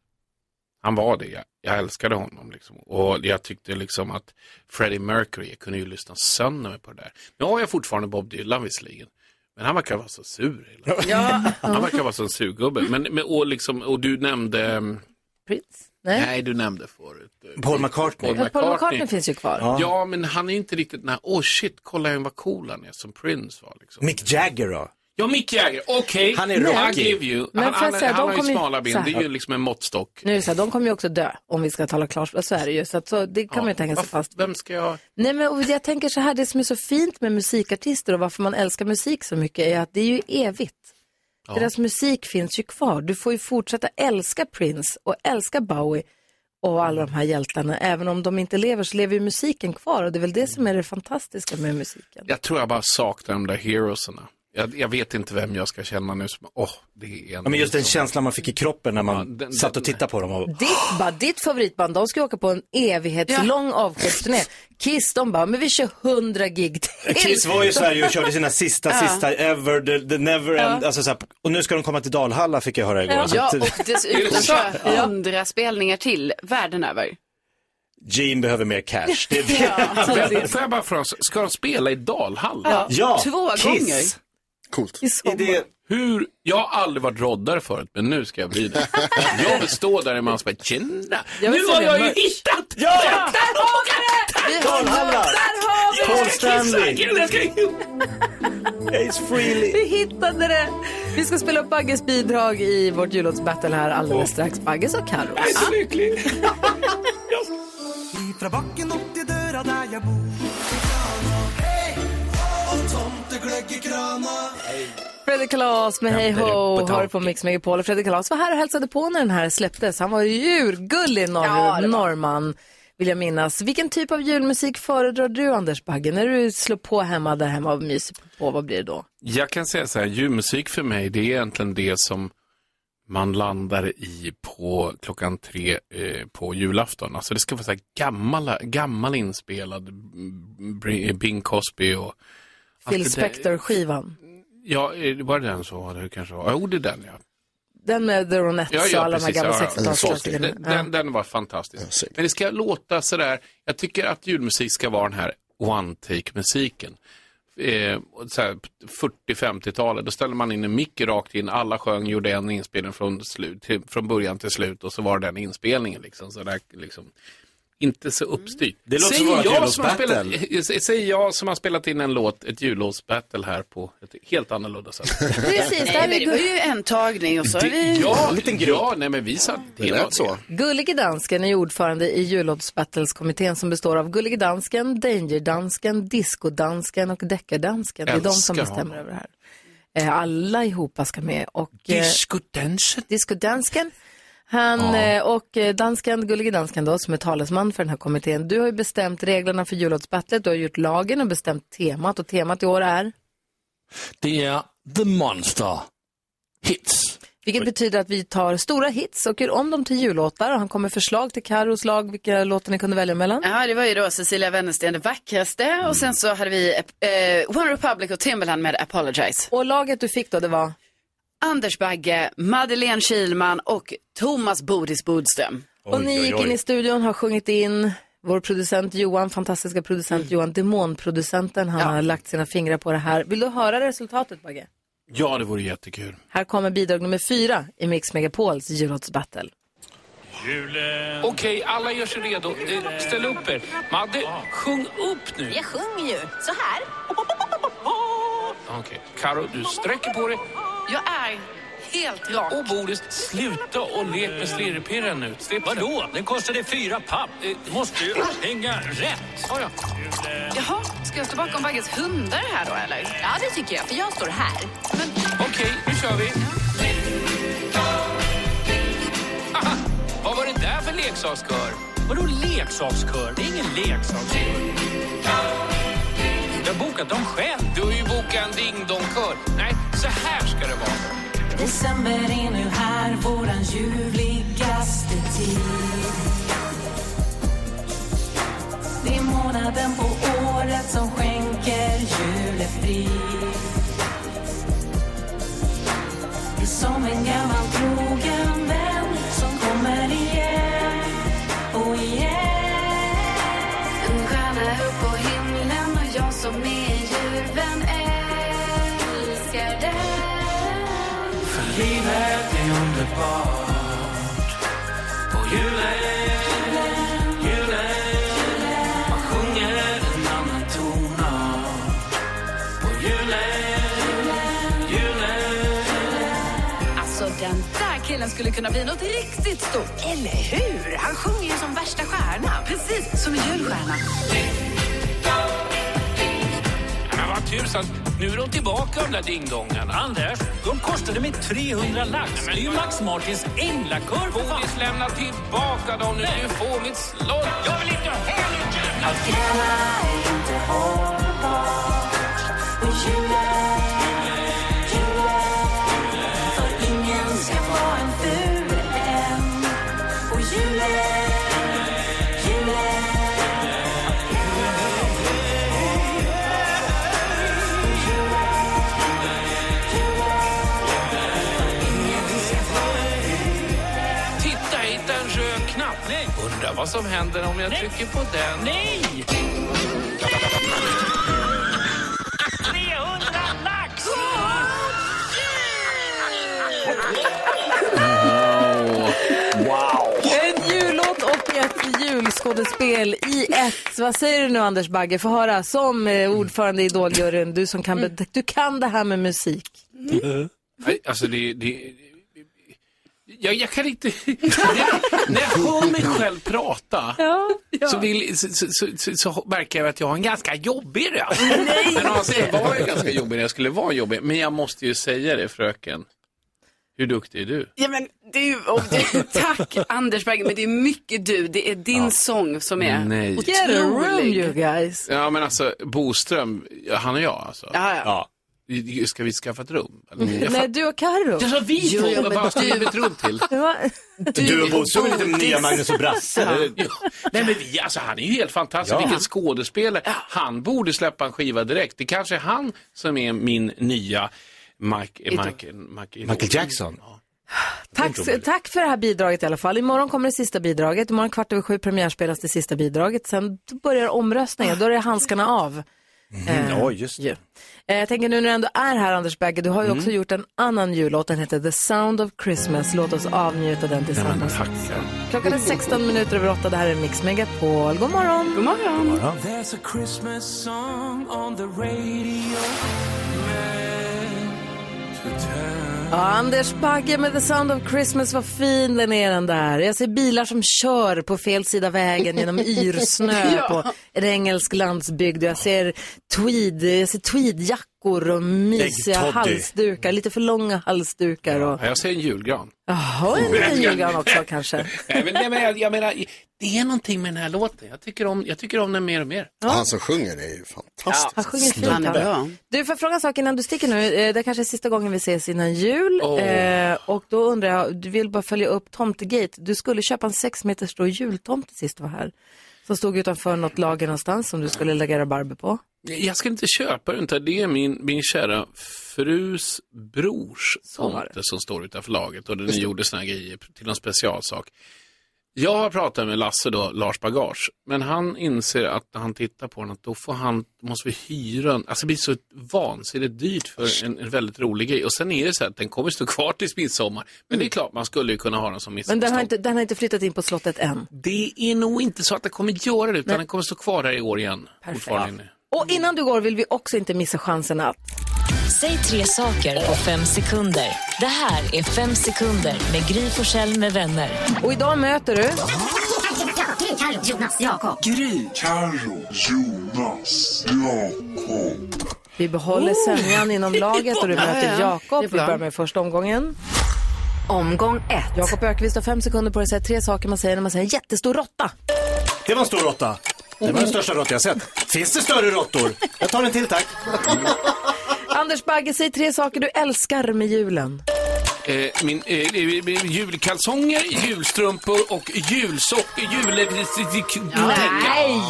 Speaker 13: Han var det. Jag, jag älskade honom. Liksom. Och jag tyckte liksom att Freddie Mercury, jag kunde ju lyssna sönder mig på det där. Nu har jag fortfarande Bob Dylan visserligen. Men han verkar vara så sur. hela tiden. Han verkar vara så en surgubbe. Men, men, och, liksom, och du nämnde... ehm,
Speaker 1: Prince? Nej.
Speaker 13: du nämnde förut. eh,
Speaker 7: Paul McCartney.
Speaker 1: Ja, Paul McCartney finns ju kvar.
Speaker 13: Ja.
Speaker 1: Ja.
Speaker 13: men han är inte riktigt den här, åh oh, shit, kolla vad cool han är som Prince var. Liksom.
Speaker 7: Mick Jagger då?
Speaker 13: Ja, Mick Jagger, okej.
Speaker 7: Han är
Speaker 13: Men-
Speaker 7: rockig.
Speaker 13: I give you.
Speaker 1: Men
Speaker 13: han
Speaker 1: får jag
Speaker 13: han,
Speaker 1: säga,
Speaker 13: han
Speaker 1: de
Speaker 13: har ju
Speaker 1: kommer ju-
Speaker 13: smala ben, det
Speaker 1: så
Speaker 13: är
Speaker 1: här.
Speaker 13: ju liksom en måttstock.
Speaker 1: Nu är det så här, de kommer ju också dö om vi ska tala klarspråk, så är det ju. Så, att, så det kan man ju inte hänga sig fast
Speaker 13: Vem ska jag...
Speaker 1: Nej, men och jag tänker så här, det som är så fint med musikartister och varför man älskar musik så mycket är att det är ju evigt.
Speaker 11: Ja.
Speaker 1: Deras musik finns ju kvar. Du får ju fortsätta älska Prince och älska Bowie och alla de här hjältarna. Även om de inte lever så lever ju musiken kvar och det är väl det som är det fantastiska med musiken.
Speaker 13: Jag tror jag bara saknar de där heroesarna. Jag, jag vet inte vem jag ska känna nu som, åh, det är en... liksom-
Speaker 7: Ja, men just den känslan man fick i kroppen när man satt och tittade på dem. Och...
Speaker 1: Ditt, ba, ditt favoritband, de ska ju åka på en evighetslång avskedsturné. Kiss, de bara, men vi kör 100 gig till.
Speaker 7: Kiss var ju i Sverige och körde sina sista,
Speaker 1: Ja.
Speaker 7: sista ever, the, the never
Speaker 1: Ja.
Speaker 7: end. Alltså, så här, och nu ska de komma till Dalhalla fick jag höra igår. Så
Speaker 2: Ja,
Speaker 7: att-
Speaker 2: och dessutom så hundra spelningar till världen över.
Speaker 7: Gene behöver mer cash. Det är
Speaker 13: Vem- Får jag bara fråga, ska de spela i Dalhalla?
Speaker 7: Ja. Ja, Två Kiss. gånger.
Speaker 3: Coolt.
Speaker 13: Hur, jag har aldrig varit roddare förut, men nu ska jag bli det. jag vill stå där i man bara, tjena,
Speaker 11: Jag vill
Speaker 13: nu har
Speaker 11: följa
Speaker 13: jag ju
Speaker 11: med.
Speaker 13: hittat!
Speaker 11: Ja!
Speaker 13: Där har vi det!
Speaker 11: Vi har- Dalhalla.
Speaker 1: Där har vi det!
Speaker 11: Paul Stanley.
Speaker 13: Jag ska
Speaker 7: Ace Frehley.
Speaker 1: Vi hittade det! Vi ska spela upp Bagges bidrag i vårt jullåtsbattle här alldeles strax. Bagges och Carro.
Speaker 11: Jag är så
Speaker 13: lycklig.
Speaker 11: Ifrån backen upp till dörra där jag bor. Och tomteglögg i krana.
Speaker 1: Fredrik Kalas med Hej Ho har du på Mix Megapol. Och Fredrik Kalas var här och hälsade på när den här släpptes. Han var ju djurgullig norr, norrman, vill jag minnas. Vilken typ av julmusik föredrar du, Anders Bagge? När du slår på hemma där hemma och myser på, vad blir det då?
Speaker 13: Jag kan säga så här, julmusik för mig det är egentligen det som man landar i på klockan tre eh, på julafton. Alltså det ska vara så här gammala, gammal inspelad mm, Br- Bing Crosby och...
Speaker 1: Phil
Speaker 13: Allt det där-
Speaker 1: Spector-skivan.
Speaker 13: Ja, eh, var det den så var det kanske var? Jo, det är den ja.
Speaker 1: Den med The Ronettes
Speaker 13: Ja, ja,
Speaker 1: och alla de här
Speaker 13: precis.
Speaker 1: gamla
Speaker 13: Ja, ja. Den,
Speaker 1: 60-talsklassikerna.
Speaker 13: den,
Speaker 1: Ja.
Speaker 13: den, var fantastisk. Men det ska låta sådär, jag tycker att julmusik ska vara den här one-take-musiken. Eh, och så här, 40-50-talet, då ställde man in en mick rakt in, alla sjöng, gjorde en inspelning från, slut, till, från början till slut och så var det den inspelningen. Liksom, så där, liksom. Inte så uppstyrt.
Speaker 7: Det låter som
Speaker 13: säger,
Speaker 7: vårt
Speaker 13: jag som har spelat,
Speaker 7: jullåtsbattle.
Speaker 13: eh, säger jag som har spelat in en låt, ett jullåtsbattle här på ett helt annorlunda sätt.
Speaker 1: Precis, där
Speaker 2: Nej,
Speaker 1: är
Speaker 2: men
Speaker 1: vi
Speaker 2: det var ju en tagning och så är vi...
Speaker 13: Ja, ja, nej men vi satt
Speaker 3: Det lät så.
Speaker 1: Gullige Dansken är ju ordförande i jullåtsbattleskommittén som består av Gullige Dansken, Danger-dansken, Disco-dansken och Deckardansken. Det är de som
Speaker 11: Älskar
Speaker 1: bestämmer
Speaker 11: honom.
Speaker 1: över det här. Eh, Alla ihopa ska med. Och, eh,
Speaker 13: Disco-dansken.
Speaker 1: Disco-dansken. Han
Speaker 11: Ja.
Speaker 1: eh, och eh, dansken, Gullige Dansken då, som är talesman för den här kommittén. Du har ju bestämt reglerna för jullåtsbattlet, du har gjort lagen och bestämt temat och temat i år är,
Speaker 9: Det är The Monster Hits.
Speaker 1: vilket betyder att vi tar stora hits och gör om dem till jullåtar och han kommer förslag till Karos lag, vilka låtar ni kunde välja mellan.
Speaker 2: Ja, det var ju då Cecilia Wennersten, det vackraste.
Speaker 1: Mm.
Speaker 2: Och sen så hade vi eh, One Republic och Timbaland med Apologize.
Speaker 1: Och laget du fick då, det var?
Speaker 2: Anders Bagge, Madeleine Kilman och Thomas Bodis Bodström.
Speaker 1: Och ni gick in i studion, har sjungit in. Vår producent Johan, fantastiska producent Johan, demonproducenten, han har lagt sina fingrar på det här. Vill du höra resultatet Bagge?
Speaker 13: Ja, det vore jättekul.
Speaker 1: Här kommer bidrag nummer fyra i Mix Megapols jullåtsbattle.
Speaker 12: Julen. Okej, alla gör sig redo. Eh, Ställ upp er. Madde, sjung upp nu.
Speaker 11: Jag sjunger ju så här.
Speaker 12: Okej, Karo, du sträcker på dig.
Speaker 2: Jag är helt rak.
Speaker 12: Och Boris, sluta och lek med slirrepirren nu. Eh, Slipsen. Vadå? Den kostade fyra papp. Det måste ju hänga rätt. Ja, ja.
Speaker 2: Jaha, ska jag stå bakom Bagges hundar här då eller?
Speaker 11: Ja, det tycker jag, för jag står här.
Speaker 12: Okej, nu kör vi. Aha, vad var det där för leksakskör? Vadå leksakskör? Det är ingen leksakskör. Jag har bokat dem själv. Du har ju bokat en ding-dong-kör. Nej, så här ska det vara.
Speaker 11: December är nu här, våran ljuvlig Det är månaden på året som skänker julefrid. Som en gammal trogen vän som kommer igen och igen. En stjärna upp på himlen och jag som är julvän älskar den.
Speaker 12: För livet är underbart. På julen, julen, man sjunger en annan tonart. På julen, julen.
Speaker 11: Alltså den där killen skulle kunna bli något riktigt stort. Eller hur? Han sjunger ju som värsta stjärna. Precis som en julstjärna.
Speaker 12: Men vad tusan, nu är de tillbaka de där dingdongarna. Anders, de kostade mig 300 lax. Men det är ju Max Martins änglakör. Bodis, lämna tillbaka dem nu. Du får mitt slott. Jag vill inte ha något jävla...
Speaker 11: Att gräla är inte hållbart. Och julen, julen, för ingen ska vara en ful än. Och julen, julen,
Speaker 12: Titta, jag hittade en röd knapp. Undrar vad som händer om jag trycker på den. Nej!
Speaker 11: 300 lax!
Speaker 13: Wow!
Speaker 1: En jullåt och ett julskådespel i ett. Vad säger du nu Anders Bagge? Få höra, som eh, ordförande i Idoljuryn, du som kan, be- du kan det här med musik.
Speaker 13: Nej, alltså det... det jag, jag kan inte... När jag hör mig själv prata Så, vill, så, så, så, så, så märker jag att jag har en ganska jobbig röst. Men alltså, jag var ju ganska jobbig när jag skulle vara jobbig. Men jag måste ju säga det fröken. Hur duktig är du?
Speaker 2: Ja, men det är ju, och det, tack Anders Bergen, men det är mycket du. Det är din sång som är
Speaker 13: Nej.
Speaker 1: Get a room
Speaker 2: otrolig.
Speaker 1: you guys.
Speaker 13: Ja men alltså Boström, han och jag alltså.
Speaker 2: Ja, ja.
Speaker 13: I- Ska vi skaffa ett rum? Eller? Jag
Speaker 1: Nej, du och Carro.
Speaker 13: Jag sa vi
Speaker 1: Jo,
Speaker 13: två,
Speaker 1: jo,
Speaker 13: vad
Speaker 1: men
Speaker 13: fan ska vi
Speaker 1: du-
Speaker 13: ha ett rum till?
Speaker 1: Det var-
Speaker 7: Du och Bosse är lite nya Magnus och Brasse.
Speaker 13: Ja. Nej men vi, alltså han är ju helt fantastisk,
Speaker 7: Ja.
Speaker 13: vilken skådespelare. Han borde släppa en skiva direkt. Det kanske är han som är min nya Mike, eh, Mike, Mike,
Speaker 7: Michael Jackson.
Speaker 1: Tack, tack för det här bidraget i alla fall. Imorgon kommer det sista bidraget. Imorgon kvart över sju premiärspelas det sista bidraget. Sen börjar omröstningen, då är det handskarna av. Eh,
Speaker 7: Ja, just det.
Speaker 1: Eh, Jag tänker nu när du ändå är här Anders Bagge, du har ju också gjort en annan jullåt, den heter The Sound of Christmas. Låt oss avnjuta den tillsammans. Klockan är 16 minuter över 8, det här är Mix Megapol. God morgon!
Speaker 2: God morgon!
Speaker 12: There's a Christmas song on the radio.
Speaker 1: Ja, Anders Bagge med The Sound of Christmas, vad fin den är den där. Jag ser bilar som kör på fel sida vägen genom yrsnö
Speaker 2: Ja.
Speaker 1: på en engelsk landsbygd. Jag ser, tweed, jag ser tweedjackor och mysiga
Speaker 13: Äggtoddy.
Speaker 1: halsdukar, lite för långa halsdukar. Och...
Speaker 13: Ja, jag säger en julgran.
Speaker 1: Jaha, en liten julgran också kanske.
Speaker 13: Nej, men, nej, men jag, jag menar, det är någonting med den här låten. Jag tycker om, jag tycker om den mer och mer.
Speaker 3: Han som sjunger är ju fantastisk.
Speaker 1: Han sjunger fint. Han Du, får jag fråga en sak innan du sticker nu? Eh, Det kanske är sista gången vi ses innan jul.
Speaker 13: Åh.
Speaker 1: Eh, och då undrar jag, du vill bara följa upp Tomtegate. Du skulle köpa en sex meter stor jultomte sist du var här. Som stod utanför något lager någonstans som du skulle lägga rabarber på.
Speaker 13: Jag ska inte köpa den, utan det är min, min kära frus brors tomte som står utanför laget och den gjorde såna här grejer till någon specialsak. Jag har pratat med Lasse då, Lars Bagage, men han inser att när han tittar på den att då får han, måste vi hyra en, alltså det blir så vansinnigt dyrt för en, en väldigt rolig grej. Och sen är det så här att den kommer stå kvar tills midsommar, men det är klart man skulle ju kunna ha den som
Speaker 1: Men den har,
Speaker 13: midsommarstånd.
Speaker 1: inte, den har inte flyttat in på slottet än.
Speaker 13: Det är nog inte så att den kommer göra det, utan den kommer stå kvar här i år igen. Perfekt.
Speaker 1: Och innan du går vill vi också inte missa chansen att...
Speaker 14: Säg tre saker på fem sekunder. Det här är Fem sekunder med Gry Forssell med vänner.
Speaker 1: Och idag möter du...
Speaker 14: Gry, Carro, Jonas, Jakob.
Speaker 12: Gry.
Speaker 15: Carro, Jonas, Jakob.
Speaker 1: Vi behåller
Speaker 13: Oh.
Speaker 1: sämjan inom laget och du
Speaker 15: Ja,
Speaker 1: möter
Speaker 15: ja.
Speaker 1: Jakob.
Speaker 15: Det
Speaker 1: Vi
Speaker 15: är bra.
Speaker 1: börjar med första omgången. Omgång ett. Jakob Ökvist har fem sekunder på dig att säga tre saker man säger när man säger en jättestor råtta.
Speaker 7: Det var en stor råtta. Det var den största råtta jag sett. Finns det större råttor? Jag tar en till tack.
Speaker 1: Anders Bagge, säg tre saker du älskar med julen.
Speaker 13: eh, min, eh, eh, julkalsonger, julstrumpor och julsockor, jul...
Speaker 1: Nej,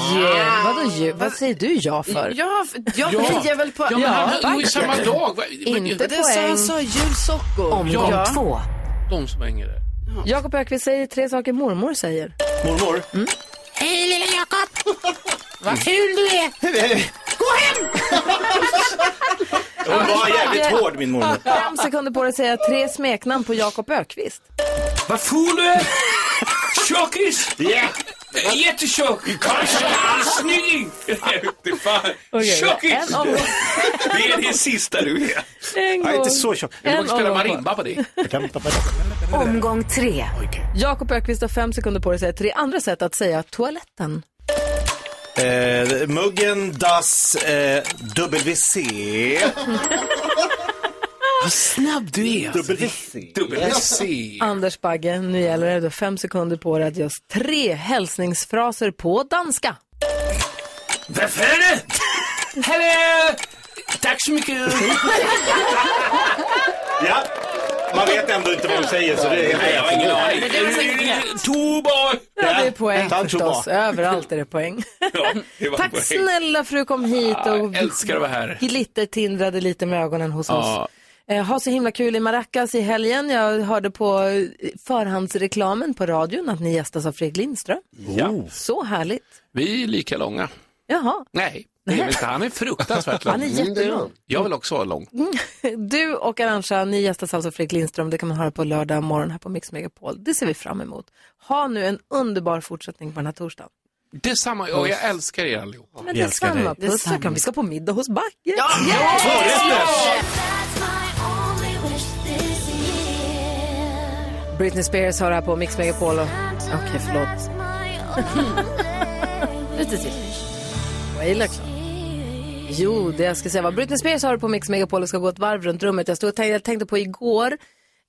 Speaker 1: vadå ju? Vad säger du Ah. ja för?
Speaker 2: Ja, för- ja,
Speaker 1: Ja.
Speaker 2: men-
Speaker 1: Hejar väl på-
Speaker 13: Ja, men
Speaker 1: Ja,
Speaker 13: han är ju
Speaker 1: backen.
Speaker 13: samma dag. va? Men-
Speaker 1: Inte
Speaker 13: Det
Speaker 2: Det sa
Speaker 1: poäng.
Speaker 2: han sa julsockor.
Speaker 1: Omgång
Speaker 13: Ja.
Speaker 1: två.
Speaker 13: De som hänger där.
Speaker 1: Jakob Ökvist säger tre saker mormor säger.
Speaker 7: Mormor?
Speaker 1: Hej lilla Jakob! Vad kul du är!
Speaker 11: Gå hem!
Speaker 7: Hon var jävligt hård min mormor.
Speaker 1: Fem sekunder på dig att säga tre smeknamn på Jakob Ökvist.
Speaker 12: Vad ful du är! Tjockis! Ja! Jättetjock! Kanske halvsnygging! Det är fan...
Speaker 1: Okej,
Speaker 12: Tjockis!
Speaker 1: en omgång.
Speaker 12: Det är det sista du är.
Speaker 1: En
Speaker 12: Nej,
Speaker 1: gång.
Speaker 12: inte så tjock.
Speaker 1: En
Speaker 12: Jag kommer spela
Speaker 1: omgång.
Speaker 12: marimba på dig.
Speaker 1: Omgång tre. Jakob Ökvist har fem sekunder på dig att säga tre andra sätt att säga toaletten.
Speaker 7: Eh, muggen das eh, WC.
Speaker 13: Vad snabb du är.
Speaker 1: alltså.
Speaker 7: WC.
Speaker 1: Anders Bagge, nu gäller det. Du har fem sekunder på dig att ge oss tre hälsningsfraser på danska.
Speaker 12: Vad fan är det? Hallå! Tack så mycket.
Speaker 7: Ja, man vet ändå inte vad hon säger så det är
Speaker 12: Nej, jag har ingen aning.
Speaker 1: Men det var säkert rätt.
Speaker 12: Tuborg!
Speaker 1: Ja, det är poäng
Speaker 12: Tack så
Speaker 1: förstås.
Speaker 12: bra.
Speaker 1: Överallt är det poäng.
Speaker 12: Det var
Speaker 1: Tack
Speaker 12: poäng.
Speaker 1: snälla för att du kom hit och
Speaker 12: jag älskar att vara här.
Speaker 1: glittertindrade lite med ögonen hos
Speaker 12: Ja.
Speaker 1: oss. Eh, ha så himla kul i Maracas i helgen. Jag hörde på eh, förhandsreklamen på radion att ni gästas av Fredrik Lindström.
Speaker 13: Ja.
Speaker 1: Så härligt.
Speaker 13: Vi är lika långa.
Speaker 1: Jaha.
Speaker 13: Nej, det är vi inte. han är fruktansvärt lång.
Speaker 1: Han är jättelång.
Speaker 13: Jag vill också vara lång.
Speaker 1: Mm. Du och Arantxa, ni gästas alltså av Fredrik Lindström. Det kan man höra på lördag morgon här på Mix Megapol. Det ser vi fram emot. Ha nu en underbar fortsättning på den här torsdagen.
Speaker 13: Detsamma, och jag älskar er allihop.
Speaker 1: Men detsamma, puss och kram. Vi ska på middag hos Bagge. Ja, Britney Spears har det här på Mix Megapol. och- Okej, förlåt. Lite till. Vad illa klart. Jo, det jag ska säga var Britney Spears har det på Mix Megapol och ska gå ett varv runt rummet. Jag, stod och tänkte, jag tänkte på igår,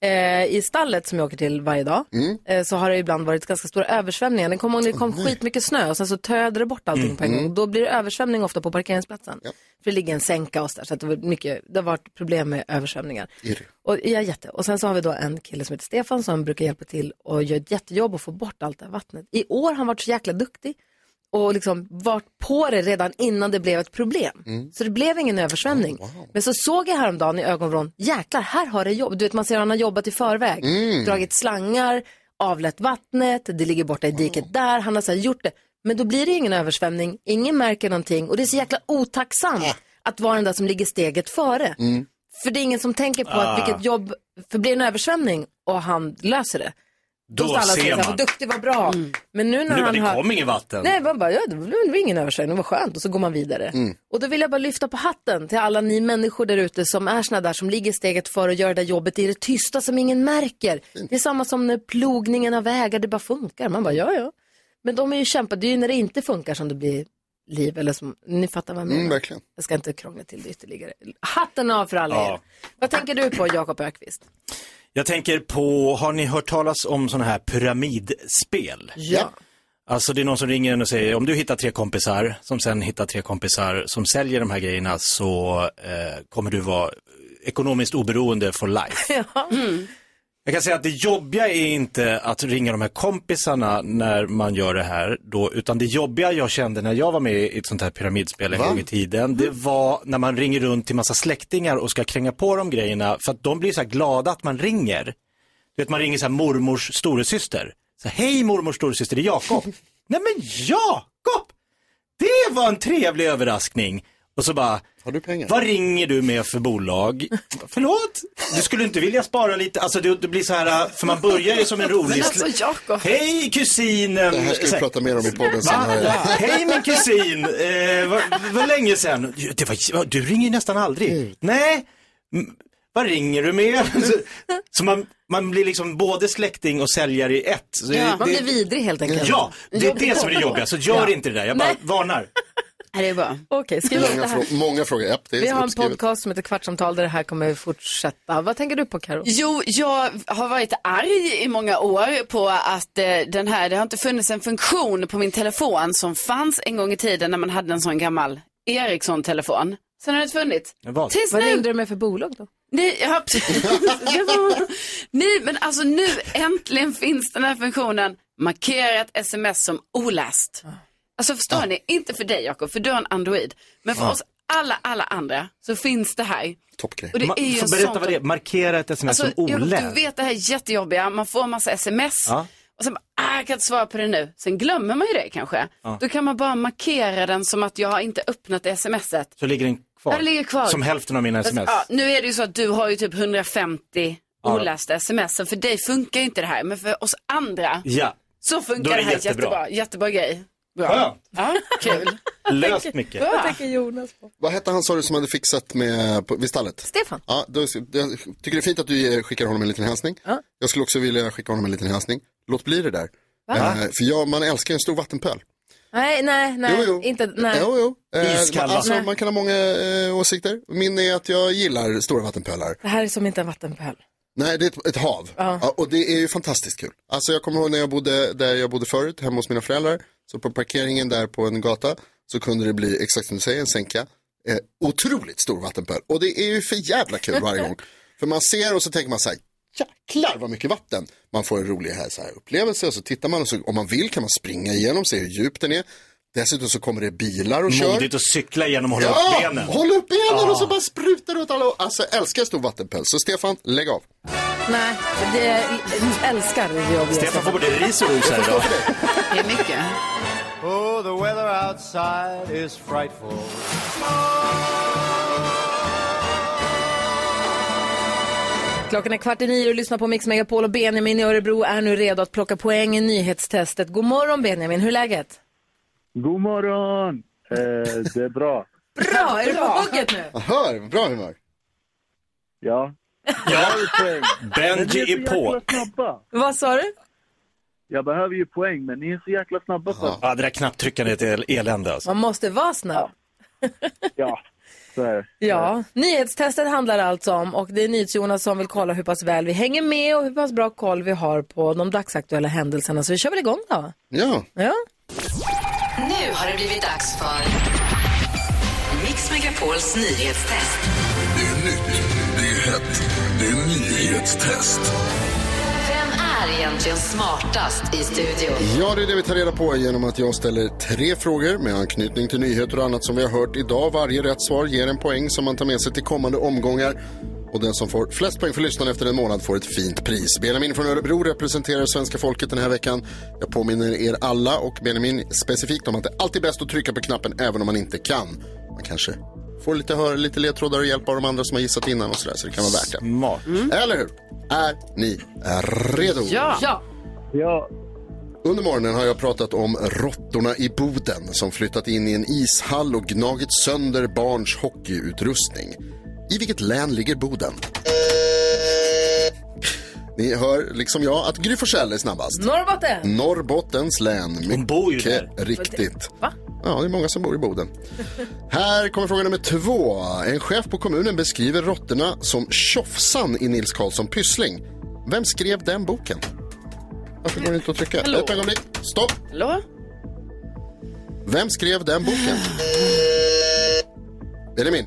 Speaker 1: eh, i stallet som jag åker till varje dag, eh, så har det ibland varit ganska stora översvämningar. Det kom, det kom skitmycket snö och sen så töade det bort allting på en gång. Då blir det översvämning ofta på parkeringsplatsen. För det ligger en sänka och så där, så att det, var mycket, det har varit problem med översvämningar. Och, ja, jätte. Och sen så har vi då en kille som heter Stefan som brukar hjälpa till och gör ett jättejobb och få bort allt det här vattnet. I år har han varit så jäkla duktig och liksom varit på det redan innan det blev ett problem. Så det blev ingen översvämning.
Speaker 7: Oh,
Speaker 1: Men så såg jag häromdagen i ögonvrån, jäklar, här har det jobb. Du vet, man ser att han har jobbat i förväg.
Speaker 11: Mm.
Speaker 1: Dragit slangar, avlett vattnet, det ligger borta i diket där, han har så här gjort det. Men då blir det ingen översvämning, ingen märker någonting och det är så jäkla otacksamt
Speaker 7: Ah.
Speaker 1: att vara den där som ligger steget före. För det är ingen som tänker på
Speaker 11: Ah.
Speaker 1: att vilket jobb, för blir det en översvämning och han löser det. Då,
Speaker 7: Då
Speaker 1: ska alla
Speaker 7: ser
Speaker 1: säga så här,
Speaker 7: man.
Speaker 1: vad duktig, vad bra. Men nu när
Speaker 7: Nu bara,
Speaker 1: han
Speaker 7: det
Speaker 1: har...
Speaker 7: kom ingen vatten.
Speaker 1: Nej, man bara, ja, det var ingen översvämning, vad skönt. Och så går man vidare.
Speaker 7: Mm.
Speaker 1: Och då vill jag bara lyfta på hatten till alla ni människor där ute som är såna där som ligger steget före och gör det där jobbet i det tysta som ingen märker. Det är samma som när plogningen av vägar, det bara funkar. Man bara, ja, ja. Men de är ju kämpar, det är ju när det inte funkar som det blir liv. Eller som, ni fattar vad jag menar.
Speaker 3: Mm, verkligen.
Speaker 1: Jag ska inte krångla till det ytterligare. Hatten av för alla er. Vad tänker du på, Jakob Ökvist?
Speaker 7: Jag tänker på, har ni hört talas om sådana här pyramidspel?
Speaker 1: Ja.
Speaker 7: Alltså det är någon som ringer en och säger, om du hittar tre kompisar, som sen hittar tre kompisar som säljer de här grejerna så eh, kommer du vara ekonomiskt oberoende for life. Jag kan säga att det jobbiga är inte att ringa de här kompisarna när man gör det här då, utan det jobbiga jag kände när jag var med i ett sånt här pyramidspel en
Speaker 16: Va?
Speaker 7: gång i tiden, det var när man ringer runt till massa släktingar och ska kränga på de grejerna, för att de blir så här glada att man ringer. Du vet, man ringer så här mormors storasyster. Så här, hej mormors storasyster, det är Jakob. Nej men Jakob! Det var en trevlig överraskning. Och så bara, Har du pengar? vad ringer du med för bolag? Förlåt? Du skulle inte vilja spara lite? Alltså det, det blir så här, äh, för man börjar ju som en rolig...
Speaker 11: Men alltså,
Speaker 7: sl-
Speaker 11: Jakob.
Speaker 7: Hej kusinen!
Speaker 3: Det här ska vi
Speaker 7: Så här,
Speaker 3: prata mer om i podden sen,
Speaker 7: Va?
Speaker 3: hör jag.
Speaker 7: Ja. Hej min kusin! Eh, vad, vad länge sen? Det var, du ringer ju nästan aldrig. Nej, Mm, vad ringer du med? Så, så man, man blir liksom både släkting och säljare i ett. Så det-
Speaker 1: Man
Speaker 7: det-
Speaker 1: blir vidrig helt enkelt.
Speaker 7: Ja, det är det som är det jobbiga. Så gör
Speaker 1: Ja.
Speaker 7: inte det där. Jag bara
Speaker 1: Nej.
Speaker 7: varnar.
Speaker 1: Det är bra. Okej, skriv upp det
Speaker 3: Många,
Speaker 1: här.
Speaker 3: frå- många frågor, ja, det är
Speaker 1: Vi har en
Speaker 3: uppskrivet.
Speaker 1: podcast som heter Kvartsamtal där det här kommer fortsätta. Vad tänker du på Karo?
Speaker 2: Jo, jag har varit arg i många år på att eh, den här, det har inte funnits en funktion på min telefon som fanns en gång i tiden när man hade en sån gammal Ericsson-telefon. Sen har det inte funnits.
Speaker 1: Vad
Speaker 2: Tills nu.
Speaker 1: ringde du med för bolag då?
Speaker 2: Nej, ja, precis. Det var- Nej, men alltså nu äntligen finns den här funktionen. Markera ett sms som oläst. Alltså förstår ni, inte för dig Jakob, för du har en Android. Men för
Speaker 7: Ja.
Speaker 2: oss alla, alla andra så finns det här.
Speaker 3: Toppgrej.
Speaker 2: Och det
Speaker 7: Ma-
Speaker 2: är ju
Speaker 7: så
Speaker 2: en
Speaker 7: berätta
Speaker 2: sån-
Speaker 7: vad det är. Markera ett sms
Speaker 2: Alltså,
Speaker 7: som
Speaker 2: Jakob, du
Speaker 7: oläst.
Speaker 2: vet det här är jättejobbiga, man får en massa sms.
Speaker 7: Ja.
Speaker 2: Och sen bara, ah, jag kan inte svara på det nu. Sen glömmer man ju det kanske.
Speaker 7: Ja.
Speaker 2: Då kan man bara markera den som att jag har inte öppnat smset.
Speaker 7: Så ligger den kvar.
Speaker 2: Ja, det ligger kvar.
Speaker 7: Som hälften av mina
Speaker 2: Fast,
Speaker 7: sms.
Speaker 2: Ja, nu är det ju så att du har ju typ 150
Speaker 7: Ja.
Speaker 2: olästa sms. Så för dig funkar ju inte det här, men för oss andra
Speaker 7: Ja.
Speaker 2: så
Speaker 7: Då
Speaker 2: funkar
Speaker 7: är
Speaker 2: det
Speaker 7: det
Speaker 2: här
Speaker 7: jättebra.
Speaker 2: jättebra. Jättebra grej. Bra.
Speaker 7: Skönt.
Speaker 2: Ja, kul.
Speaker 3: Löst mycket.
Speaker 1: Vad tänker Jonas på?
Speaker 3: Vad hette han sa du som hade fixat med, på, vid stallet?
Speaker 1: Stefan.
Speaker 3: Ja, då, jag tycker det är fint att du eh, skickar honom en liten hälsning. Jag skulle också vilja skicka honom en liten hälsning. Låt bli det där.
Speaker 1: Va?
Speaker 3: Eh, för jag, man älskar en stor vattenpöl.
Speaker 1: Nej, nej, nej.
Speaker 3: Jo, jo.
Speaker 1: Inte, nej.
Speaker 3: Jo, jo. Eh,
Speaker 1: Iskalla.
Speaker 3: Alltså,
Speaker 1: Nej.
Speaker 3: man kan ha många eh, åsikter. Min är att jag gillar stora vattenpölar.
Speaker 1: Det här är som inte en vattenpöl.
Speaker 3: Nej, det är ett, ett hav.
Speaker 1: Ja.
Speaker 3: Ja, och det är ju fantastiskt kul. Alltså jag kommer ihåg när jag bodde där jag bodde förut, hemma hos mina föräldrar. Så på parkeringen där på en gata så kunde det bli, exakt som du säger, en sänka. Eh, otroligt stor vattenpöl. Och det är ju för jävla kul varje gång. För man ser och så tänker man så här, jäklar vad mycket vatten. Man får en rolig här, så här upplevelse och så tittar man och så, om man vill kan man springa igenom, se hur djup den är. Dessutom så kommer det bilar och kör.
Speaker 7: Modigt att cykla genom och hålla upp benen. Ah.
Speaker 3: håll upp benen
Speaker 7: Ja.
Speaker 3: och så bara sprutar det åt alla håll. Alltså jag älskar stor vattenpöl. Så Stefan, lägg av.
Speaker 1: Nej, det, jag älskar det jobbet.
Speaker 3: Stefan får
Speaker 7: både ris och ros här idag.
Speaker 2: Det är mycket.
Speaker 16: Oh, the weather outside is frightful.
Speaker 1: Klockan är kvart i nio och lyssnar på Mix Megapol och Benjamin i Örebro är nu redo att plocka poäng i nyhetstestet. God morgon Benjamin, hur är läget?
Speaker 6: God morgon! Eh, det är bra.
Speaker 1: Bra, är du på hugget nu?
Speaker 3: Hör, bra humör.
Speaker 6: Ja.
Speaker 7: Ja.
Speaker 6: Benji är på.
Speaker 1: Vad sa du?
Speaker 6: Jag behöver ju poäng, men ni är så jäkla snabba. På.
Speaker 7: Ja, det där knapptryckandet är el- elände alltså.
Speaker 1: Man måste vara snabb.
Speaker 6: Så här.
Speaker 7: Eh.
Speaker 1: Ja, nyhetstestet handlar alltså om och det är NyhetsJonas som vill kolla hur pass väl vi hänger med och hur pass bra koll vi har på de dagsaktuella händelserna. Så vi kör väl igång då.
Speaker 3: Ja.
Speaker 1: Ja.
Speaker 11: Nu har det blivit dags för Mix Megapols nyhetstest.
Speaker 15: Det är nytt, det är hett, det är nyhetstest.
Speaker 11: Vem är egentligen smartast i studion?
Speaker 3: Ja, det är det vi tar reda på genom att jag ställer tre frågor med anknytning till nyheter och annat som vi har hört idag. Varje rätt svar ger en poäng som man tar med sig till kommande omgångar. Och den som får flest poäng för lyssnaren efter en månad får ett fint pris. Benjamin från Örebro representerar svenska folket den här veckan. Jag påminner er alla och Benjamin specifikt om att det alltid är bäst att trycka på knappen även om man inte kan. Man kanske får lite, höra, lite ledtrådar och hjälp av de andra som har gissat innan och sådär, så det kan vara värt det. Mm.
Speaker 7: Smart.
Speaker 3: Eller hur? Är ni redo?
Speaker 2: Ja. Ja.
Speaker 3: Ja. Under morgonen har jag pratat om råttorna i Boden som flyttat in i en ishall och gnagit sönder barns hockeyutrustning. I vilket län ligger Boden? Ni hör, liksom jag, att Gry Forssell är snabbast.
Speaker 1: Norrbotten!
Speaker 3: Norrbottens län. Hon bor ju där. riktigt.
Speaker 1: Va?
Speaker 3: Ja, det är många som bor i Boden. Här kommer fråga nummer två. En chef på kommunen beskriver råttorna som tjofsan i Nils Karlsson Pyssling. Vem skrev den boken? Varför går det inte att trycka?
Speaker 2: Hallå?
Speaker 3: Ett ögonblick. Stopp.
Speaker 2: Hallå?
Speaker 3: Vem skrev den boken? Benjamin.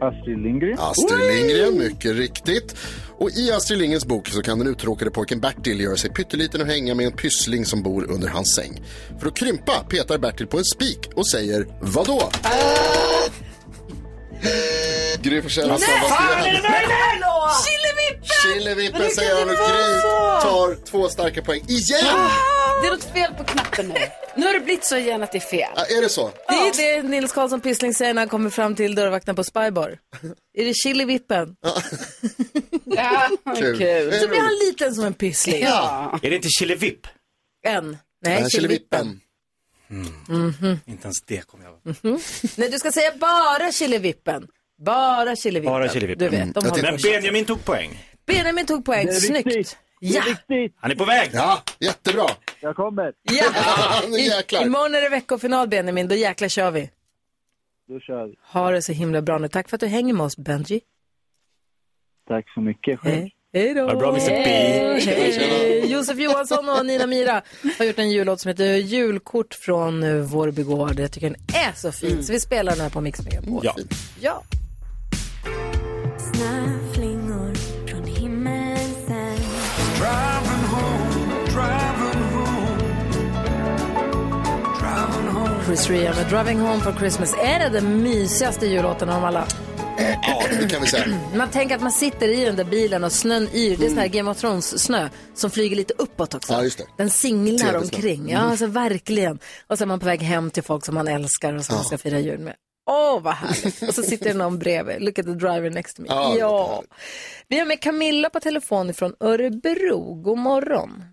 Speaker 6: Astrid Lindgren.
Speaker 3: Astrid Lindgren, mycket riktigt. Och i Astrid Lindgrens bok så kan den uttråkade pojken Bertil göra sig pytteliten och hänga med en pyssling som bor under hans säng. För att krympa petar Bertil på en spik och säger vadå? Gry Forssell har
Speaker 7: Alltså,
Speaker 3: sabbat igen. Killevippen säger han och Gry tar två starka poäng igen.
Speaker 2: Ah! Det är något fel på knappen nu. Nu har det blivit så igen att det är fel.
Speaker 3: Ja, är det så?
Speaker 1: Det är det Nils Karlsson Pyssling säger när han kommer fram till dörrvakten på Spybar. Är det chill i vippen?
Speaker 2: Ja,
Speaker 1: kul.
Speaker 7: Kul.
Speaker 1: Så blir han liten som en pyssling.
Speaker 7: Är det inte Killevipp?
Speaker 1: En. Nej, chill i vippen.
Speaker 7: Mm. Inte ens det kommer jag
Speaker 1: Mhm. Nej, du ska säga bara chill i vippen. Bara Mm. chill i vippen.
Speaker 7: Bara Killevipp.
Speaker 1: Du vet, de har
Speaker 7: Men
Speaker 1: det.
Speaker 7: Benjamin tog poäng.
Speaker 1: Benjamin tog poäng,
Speaker 7: Det är
Speaker 1: snyggt. Ja.
Speaker 7: Han är på väg.
Speaker 3: Ja, jättebra.
Speaker 6: Jag kommer.
Speaker 1: Ja.
Speaker 6: Nu jäklar.
Speaker 1: I, imorgon är det veckofinal Benjamin, då jäklar kör vi.
Speaker 6: Då kör vi.
Speaker 1: Ha det så himla bra nu. Tack för att du hänger med oss Benji.
Speaker 6: Tack så mycket. Själv.
Speaker 1: Hej då!
Speaker 6: Ha det bra, Mr. B.
Speaker 1: Hej.
Speaker 6: Tjena.
Speaker 1: Josef Johansson och Nina Mira har gjort en jullåt som heter Julkort från eh,
Speaker 6: Mm.
Speaker 1: Vårby Gård. Jag tycker den är så fin, så vi spelar den här på Mix Megapol.
Speaker 7: Ja.
Speaker 1: Ja.
Speaker 17: Snöflingor från himmelen sen
Speaker 15: Driving home, driving home, driving home.
Speaker 1: Chris Rea med Driving Home for Christmas. Är det den mysigaste jullåten av alla?
Speaker 3: Ja, det kan vi säga.
Speaker 1: Man tänker att man sitter i den där bilen och snön yr. Det är sån här Game of Thrones-snö som flyger lite uppåt också.
Speaker 3: Mm. Ja, just det.
Speaker 1: Den singlar
Speaker 3: Tredje snö.
Speaker 1: omkring. Ja,
Speaker 3: Mm.
Speaker 1: alltså verkligen. Och sen är man på väg hem till folk som man älskar och som man ska fira jul med. Åh, vad härligt. Och så sitter det någon bredvid. Look at the driver next to me.
Speaker 17: Ja, det
Speaker 1: ja. Vi har med Camilla på telefon från Örebro. God morgon.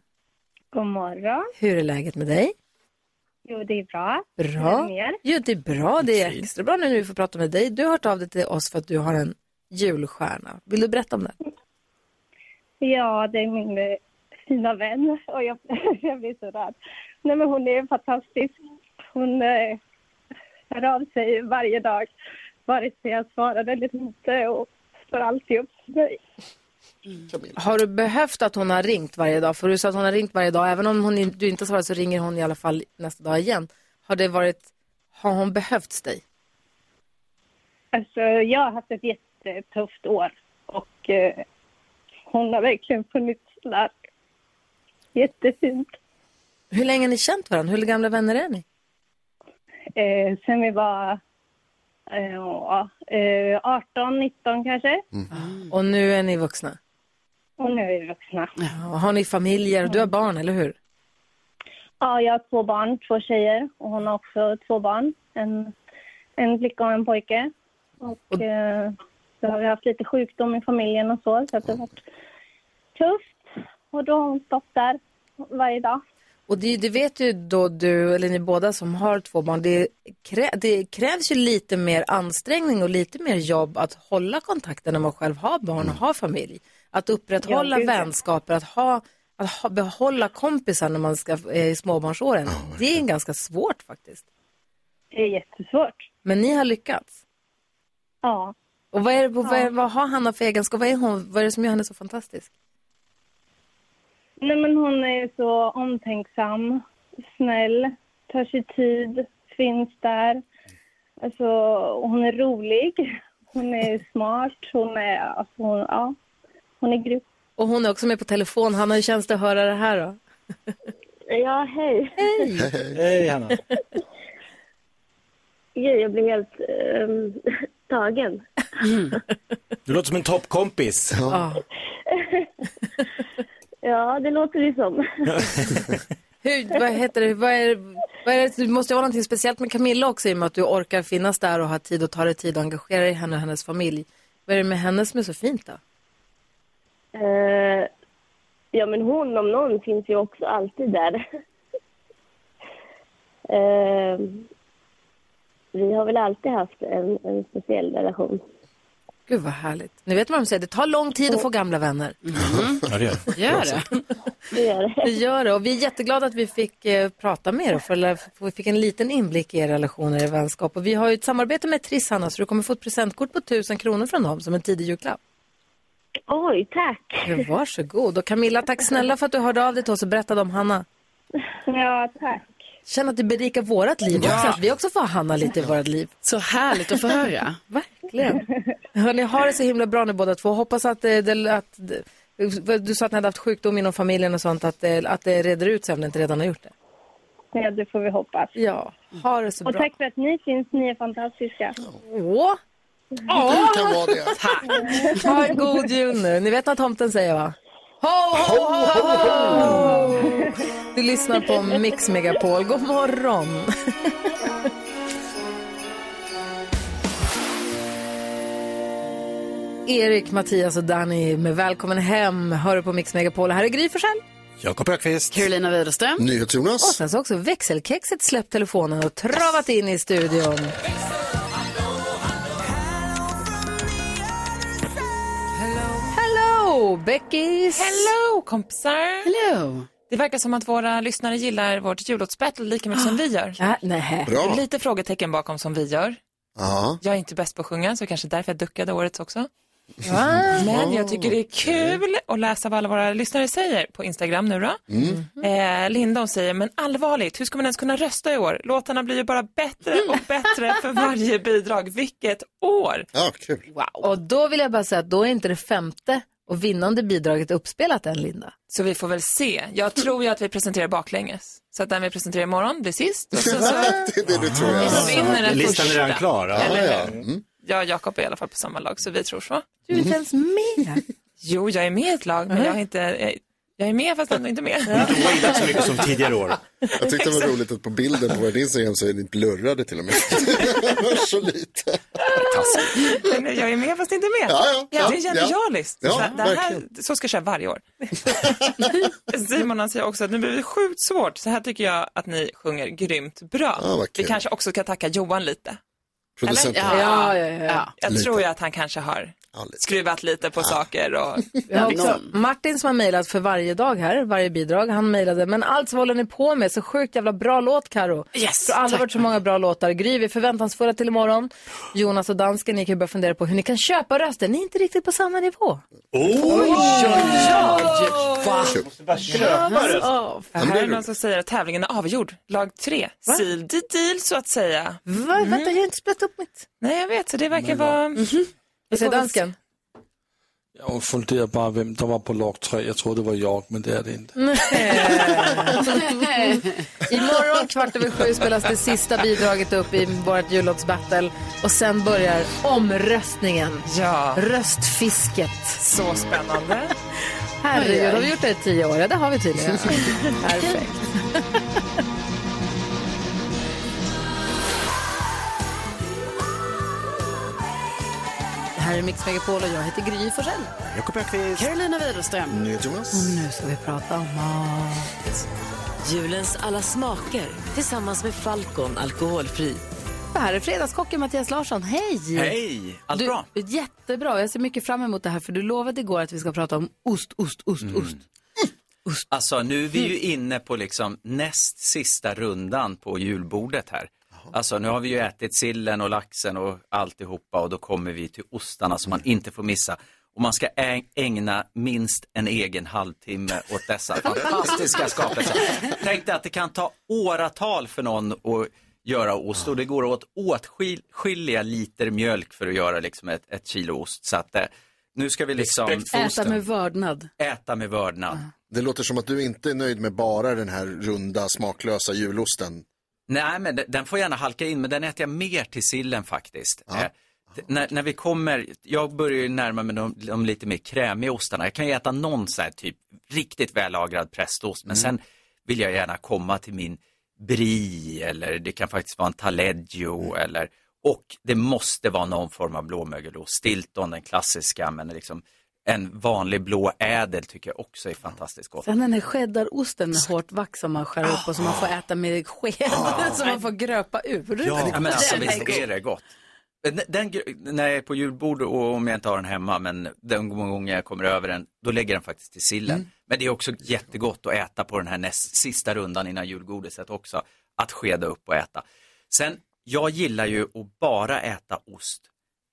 Speaker 18: God morgon.
Speaker 1: Hur är läget med dig?
Speaker 18: Jo, det är bra. Är det
Speaker 1: Bra.
Speaker 18: mer?
Speaker 1: Jo, det är bra. Det är extra bra nu när vi får prata med dig. Du har hört av dig till oss för att du har en julstjärna. Vill du berätta om den?
Speaker 18: Ja, det är min eh, fina vän och jag, jag blir så rörd. Nej, men hon är fantastisk. Hon eh, hör av sig varje dag, vare sig jag svarar eller inte och står alltid upp för mig.
Speaker 1: Har du behövt att hon har ringt varje dag? För du sa att hon har ringt varje dag. Även om hon, in- du inte svarar så ringer hon i alla fall nästa dag igen. Har, det varit, har hon behövt dig?
Speaker 18: Alltså, jag har haft ett jättetufft år och eh, hon har verkligen funnits där. Jättefint.
Speaker 1: Hur länge har ni känt varandra? Hur gamla vänner är ni?
Speaker 18: Eh, sen vi var eh, ja, eh, 18, 19 kanske.
Speaker 1: Och nu är ni vuxna?
Speaker 18: Och nu är vi vuxna. Ja,
Speaker 1: Och har ni familjer? Du har barn, eller hur?
Speaker 18: jag har två barn, två tjejer. Och hon har också två barn. En, en flicka och en pojke. Och, Eh, så har vi haft lite sjukdom i familjen och så. Så att det har varit tufft. Och då har hon stått där varje dag.
Speaker 1: Och det, det vet ju då du, eller ni båda som har två barn, det, krä, det krävs ju lite mer ansträngning och lite mer jobb att hålla kontakten när man själv har barn och har familj. Att upprätthålla
Speaker 18: Mm. Ja, gud, ja.
Speaker 1: vänskaper, att, ha, att ha, behålla kompisar när man ska, är i småbarnsåren, det är ganska svårt faktiskt.
Speaker 18: Det är jättesvårt.
Speaker 1: Men ni har lyckats.
Speaker 18: Ja.
Speaker 1: Och vad, är det, på- vad, är,
Speaker 18: Ja.
Speaker 1: vad har Hanna för egenskap? Vad är, hon, vad är det som gör henne så fantastisk?
Speaker 18: Nej, men hon är så omtänksam, snäll, tar sig tid, finns där. Alltså, hon är rolig, hon är smart, hon är... Alltså, hon, ja, hon är grym.
Speaker 1: Och hon är också med på telefon. Hanna, hur känns det att höra det här då?
Speaker 18: Ja, hej.
Speaker 1: Hej!
Speaker 7: Hej Hanna.
Speaker 19: Gud, jag blir helt ehm, tagen.
Speaker 7: Du låter som en toppkompis.
Speaker 19: Ja, det låter det som.
Speaker 1: Hur, vad heter det, vad är, vad är det, det måste ju vara någonting speciellt med Camilla också i och med att du orkar finnas där och har tid och tar dig tid och engagerar dig i henne och hennes familj. Vad är det med henne som är så fint då?
Speaker 19: Eh, ja, men hon om någon finns ju också alltid där. Eh, vi har väl alltid haft en, en speciell relation.
Speaker 1: Gud vad härligt. Ni vet vad de säger, det tar lång tid att få gamla vänner.
Speaker 7: Ja, det gör
Speaker 1: Det Gör det.
Speaker 19: Mm. Det gör det.
Speaker 1: Det gör det. Och vi är jätteglada att vi fick eh, prata med er och för, för vi fick en liten inblick i er relationer och vänskap. Och vi har ju ett samarbete med Triss, Hanna, så du kommer få ett presentkort på 1000 kronor från dem som en tidig julklapp.
Speaker 19: Oj, tack.
Speaker 1: Ja, Varsågod. Och Camilla, tack snälla för att du hörde av dig till oss och berättade om Hanna.
Speaker 18: Ja, tack.
Speaker 1: Känner att det berikar vårt liv också,
Speaker 2: Ja.
Speaker 1: att vi också får ha Hanna lite i vårt liv.
Speaker 2: Så härligt att få höra.
Speaker 1: Verkligen. Hörni, har det så himla bra nu båda två. Hoppas att, eh, det, att eh, du sa att ni hade haft sjukdom inom familjen och sånt, att, det- att det reder ut sig om det inte redan har gjort det.
Speaker 18: Ja, det får vi hoppas.
Speaker 1: Ja, ha det så
Speaker 18: Och
Speaker 1: bra.
Speaker 18: tack för att ni finns. Ni är fantastiska.
Speaker 1: Åh!
Speaker 18: Ja.
Speaker 1: Du kan vara det. Ha en god jul nu. Ni vet vad tomten säger va? Ho, ho, ho, ho! Du lyssnar på Mix Megapol. God morgon! Erik, Mattias och Danny med Välkommen hem. Hör du på Mix Megapol. Här är Gry Forssell.
Speaker 7: Jakob Ökvist.
Speaker 2: Carolina Widerström.
Speaker 1: Och
Speaker 3: NyhetsJonas.
Speaker 1: sen så har också växelkexet släppt telefonen och travat in i studion. Hello, Beckis!
Speaker 20: Hello, kompisar!
Speaker 2: Hello!
Speaker 20: Det verkar som att våra lyssnare gillar vårt jullåtsbattle lika mycket som vi gör.
Speaker 1: Ah, Ja, nej.
Speaker 20: Det är lite frågetecken bakom som vi gör.
Speaker 3: Ja.
Speaker 20: Jag är inte bäst på att sjunga, så kanske därför jag duckade årets också. Men
Speaker 1: Oh.
Speaker 20: jag tycker det är kul att läsa vad alla våra lyssnare säger på Instagram nu då.
Speaker 3: Mm.
Speaker 20: Eh, Linda hon säger, men allvarligt, hur ska man ens kunna rösta i år? Låtarna blir ju bara bättre och
Speaker 1: Mm.
Speaker 20: bättre för varje bidrag. Vilket år!
Speaker 3: Ja, kul.
Speaker 1: Och då vill jag bara säga att då är inte det femte och vinnande bidraget uppspelat än, Linda.
Speaker 20: Så vi får väl se. Jag tror ju att vi presenterar baklänges. Så att den vi presenterar imorgon blir sist. Och så, så...
Speaker 3: det är det du tror.
Speaker 20: Vi som vinner den
Speaker 7: Listan är
Speaker 20: första.
Speaker 7: redan klar. ja.
Speaker 20: Eller
Speaker 7: Ja,
Speaker 20: hur?
Speaker 7: ja. Mm.
Speaker 20: Jag och Jakob är i alla fall på samma lag, så vi tror så.
Speaker 1: Du är inte ens med.
Speaker 20: Jo, jag är med i ett lag, men jag är inte... Jag, jag är med fast ändå inte med.
Speaker 7: så mycket som tidigare år.
Speaker 3: Jag tyckte det var roligt att på bilden på vår Instagram så är ni blurrade till och med. Det var så lite.
Speaker 20: Men jag är med fast inte med.
Speaker 3: Ja, ja, ja,
Speaker 20: det är
Speaker 3: ja.
Speaker 20: genialiskt.
Speaker 3: Ja,
Speaker 20: så, det här,
Speaker 3: verkligen.
Speaker 20: så ska jag köra varje år. Simon han säger också att nu blir det sjukt svårt. Så här tycker jag att ni sjunger grymt bra.
Speaker 3: Ja, vad kul.
Speaker 20: Vi kanske också ska tacka Johan lite.
Speaker 3: Producenten.
Speaker 20: Eller?
Speaker 1: Ja, ja, ja.
Speaker 20: Jag
Speaker 1: Lite.
Speaker 20: tror ju att han kanske har skruvat lite på saker och...
Speaker 1: Jag har också Martin som har mejlat för varje dag här, varje bidrag, han mejlade, men allt vad håller ni på med, så sjukt jävla bra låt Karo.
Speaker 20: Yes,
Speaker 1: Det har aldrig
Speaker 20: tack.
Speaker 1: varit så många bra låtar. Gry, vi är förväntansfulla till imorgon. Jonas och dansken, ni kan ju börja fundera på hur ni kan köpa röster, ni är inte riktigt på samma nivå.
Speaker 7: Oj,
Speaker 1: oj, oj.
Speaker 20: Va?
Speaker 1: Hands off.
Speaker 20: Här är någon som säger att tävlingen är avgjord. Lag tre. Sealed the deal så att säga.
Speaker 1: Va? Vänta, jag har inte spett upp mitt.
Speaker 20: Nej, jag vet. Så det verkar
Speaker 1: Men
Speaker 20: vara... Mm-hmm.
Speaker 1: Vi ser dansken.
Speaker 9: Jag funderer bare, hvem der var på log 3. Jeg troede, det var York, men det er det ikke.
Speaker 1: Eh. Imorgon kvart över sju spelas det sista bidraget upp i vårt jullåtsbattle och sen börjar omröstningen.
Speaker 20: Ja.
Speaker 1: Röstfisket.
Speaker 20: Så spännande.
Speaker 1: Herregud, har vi gjort det i tio år? Ja, det har vi tydligen. Perfekt. Det här är Mix Megapol och jag heter Gry Forssell.
Speaker 7: Jakob Öqvist.
Speaker 11: Carolina Widerström.
Speaker 1: Och nu ska vi prata om mat.
Speaker 14: Julens alla smaker tillsammans med Falcon alkoholfri.
Speaker 1: Det här är Fredagskocken Mattias Larsson. Hej!
Speaker 21: Hej! Allt
Speaker 1: du,
Speaker 21: bra?
Speaker 1: Jättebra. Jag ser mycket fram emot det här för du lovade igår att vi ska prata om ost, ost, ost,
Speaker 21: Mm.
Speaker 1: ost.
Speaker 21: Alltså nu är vi ju inne på liksom näst sista rundan på julbordet här. Alltså nu har vi ju ätit sillen och laxen och alltihopa och då kommer vi till ostarna som man inte får missa. Och man ska ä- ägna minst en egen halvtimme åt dessa fantastiska skapelser. Tänk dig att det kan ta åratal för någon att göra ost och det går åt åtskilliga liter mjölk för att göra liksom ett, ett kilo ost. Så att eh, nu ska vi liksom
Speaker 11: Äta med vördnad.
Speaker 21: äta med vördnad.
Speaker 3: Det låter som att du inte är nöjd med bara den här runda smaklösa julosten.
Speaker 21: Nej, men de- den får gärna halka in, men den äter jag mer till sillen faktiskt. Eh, d- När, när vi kommer, jag börjar ju närma mig de, de lite mer krämiga ostarna. Jag kan ju äta någon så här typ riktigt vällagrad prästost, men sen vill jag gärna komma till min brie eller det kan faktiskt vara en taleggio eller och det måste vara någon form av blåmögelost. Stilton, den klassiska, men liksom en vanlig blå ädel tycker jag också är fantastiskt gott.
Speaker 11: Sen den här cheddarosten med hårt vax som man skär upp och som man får äta med sked. som man får gröpa ur.
Speaker 21: Ja, men alltså
Speaker 11: Den är
Speaker 21: visst
Speaker 11: god.
Speaker 21: är det gott. Den, den, när jag är på julbord och om jag inte har den hemma, men den gången jag kommer över den, då lägger jag den faktiskt till sillen. Men det är också jättegott att äta på den här näst, sista rundan innan julgodiset också, att skeda upp och äta. Sen, jag gillar ju att bara äta ost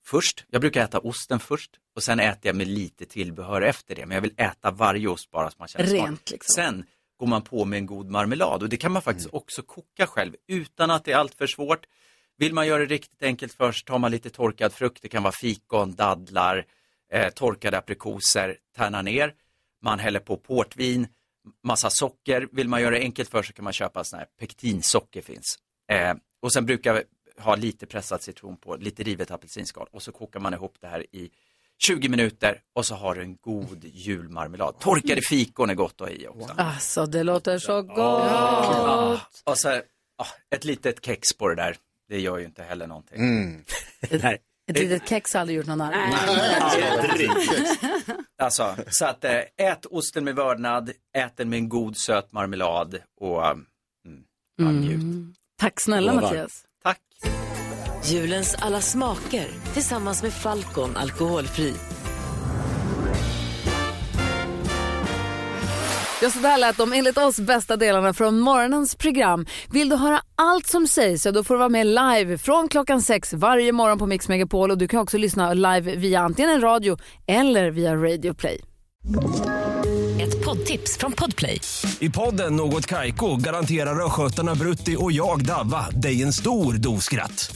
Speaker 21: först. Jag brukar äta osten först och sen äter jag med lite tillbehör efter det. Men jag vill äta varje ost bara så man känner smak.
Speaker 11: Rent, liksom.
Speaker 21: Sen går man på med en god marmelad och det kan man faktiskt också koka själv utan att det är alltför svårt. Vill man göra det riktigt enkelt först tar man lite torkad frukt. Det kan vara fikon, dadlar, eh, torkade aprikoser, tärna ner. Man häller på portvin, massa socker. Vill man göra det enkelt för sig kan man köpa sån här pektinsocker finns. Eh, och sen brukar vi ha lite pressad citron på, lite rivet apelsinskal och så kokar man ihop det här i 20 minuter och så har du en god julmarmelad. Torkade fikon är gott att ha i också.
Speaker 1: Alltså, det låter så gott.
Speaker 21: Ah, Och så här, ah, ett litet kex på det där. Det gör ju inte heller någonting.
Speaker 1: Mm.
Speaker 21: Nej.
Speaker 11: Ett litet kex har aldrig gjort någon arg.
Speaker 21: Alltså, så att eh, ät osten med vördnad, ät den med en god söt marmelad och um,
Speaker 1: Mm.
Speaker 11: Tack snälla
Speaker 21: Lovar.
Speaker 11: Mattias.
Speaker 21: Tack.
Speaker 14: Julens alla smaker tillsammans med Falcon alkoholfri.
Speaker 1: Ja, så där lät de enligt oss bästa delarna från morgonens program. Vill du höra allt som sägs så då får du vara med live från klockan sex varje morgon på Mix Megapol och du kan också lyssna live via antingen en radio eller via Radio Play.
Speaker 11: Ett poddtips från Podplay.
Speaker 7: I podden Något Kaiko garanterar östgötarna Brutti och jag, Davva, dig en stor dos skratt.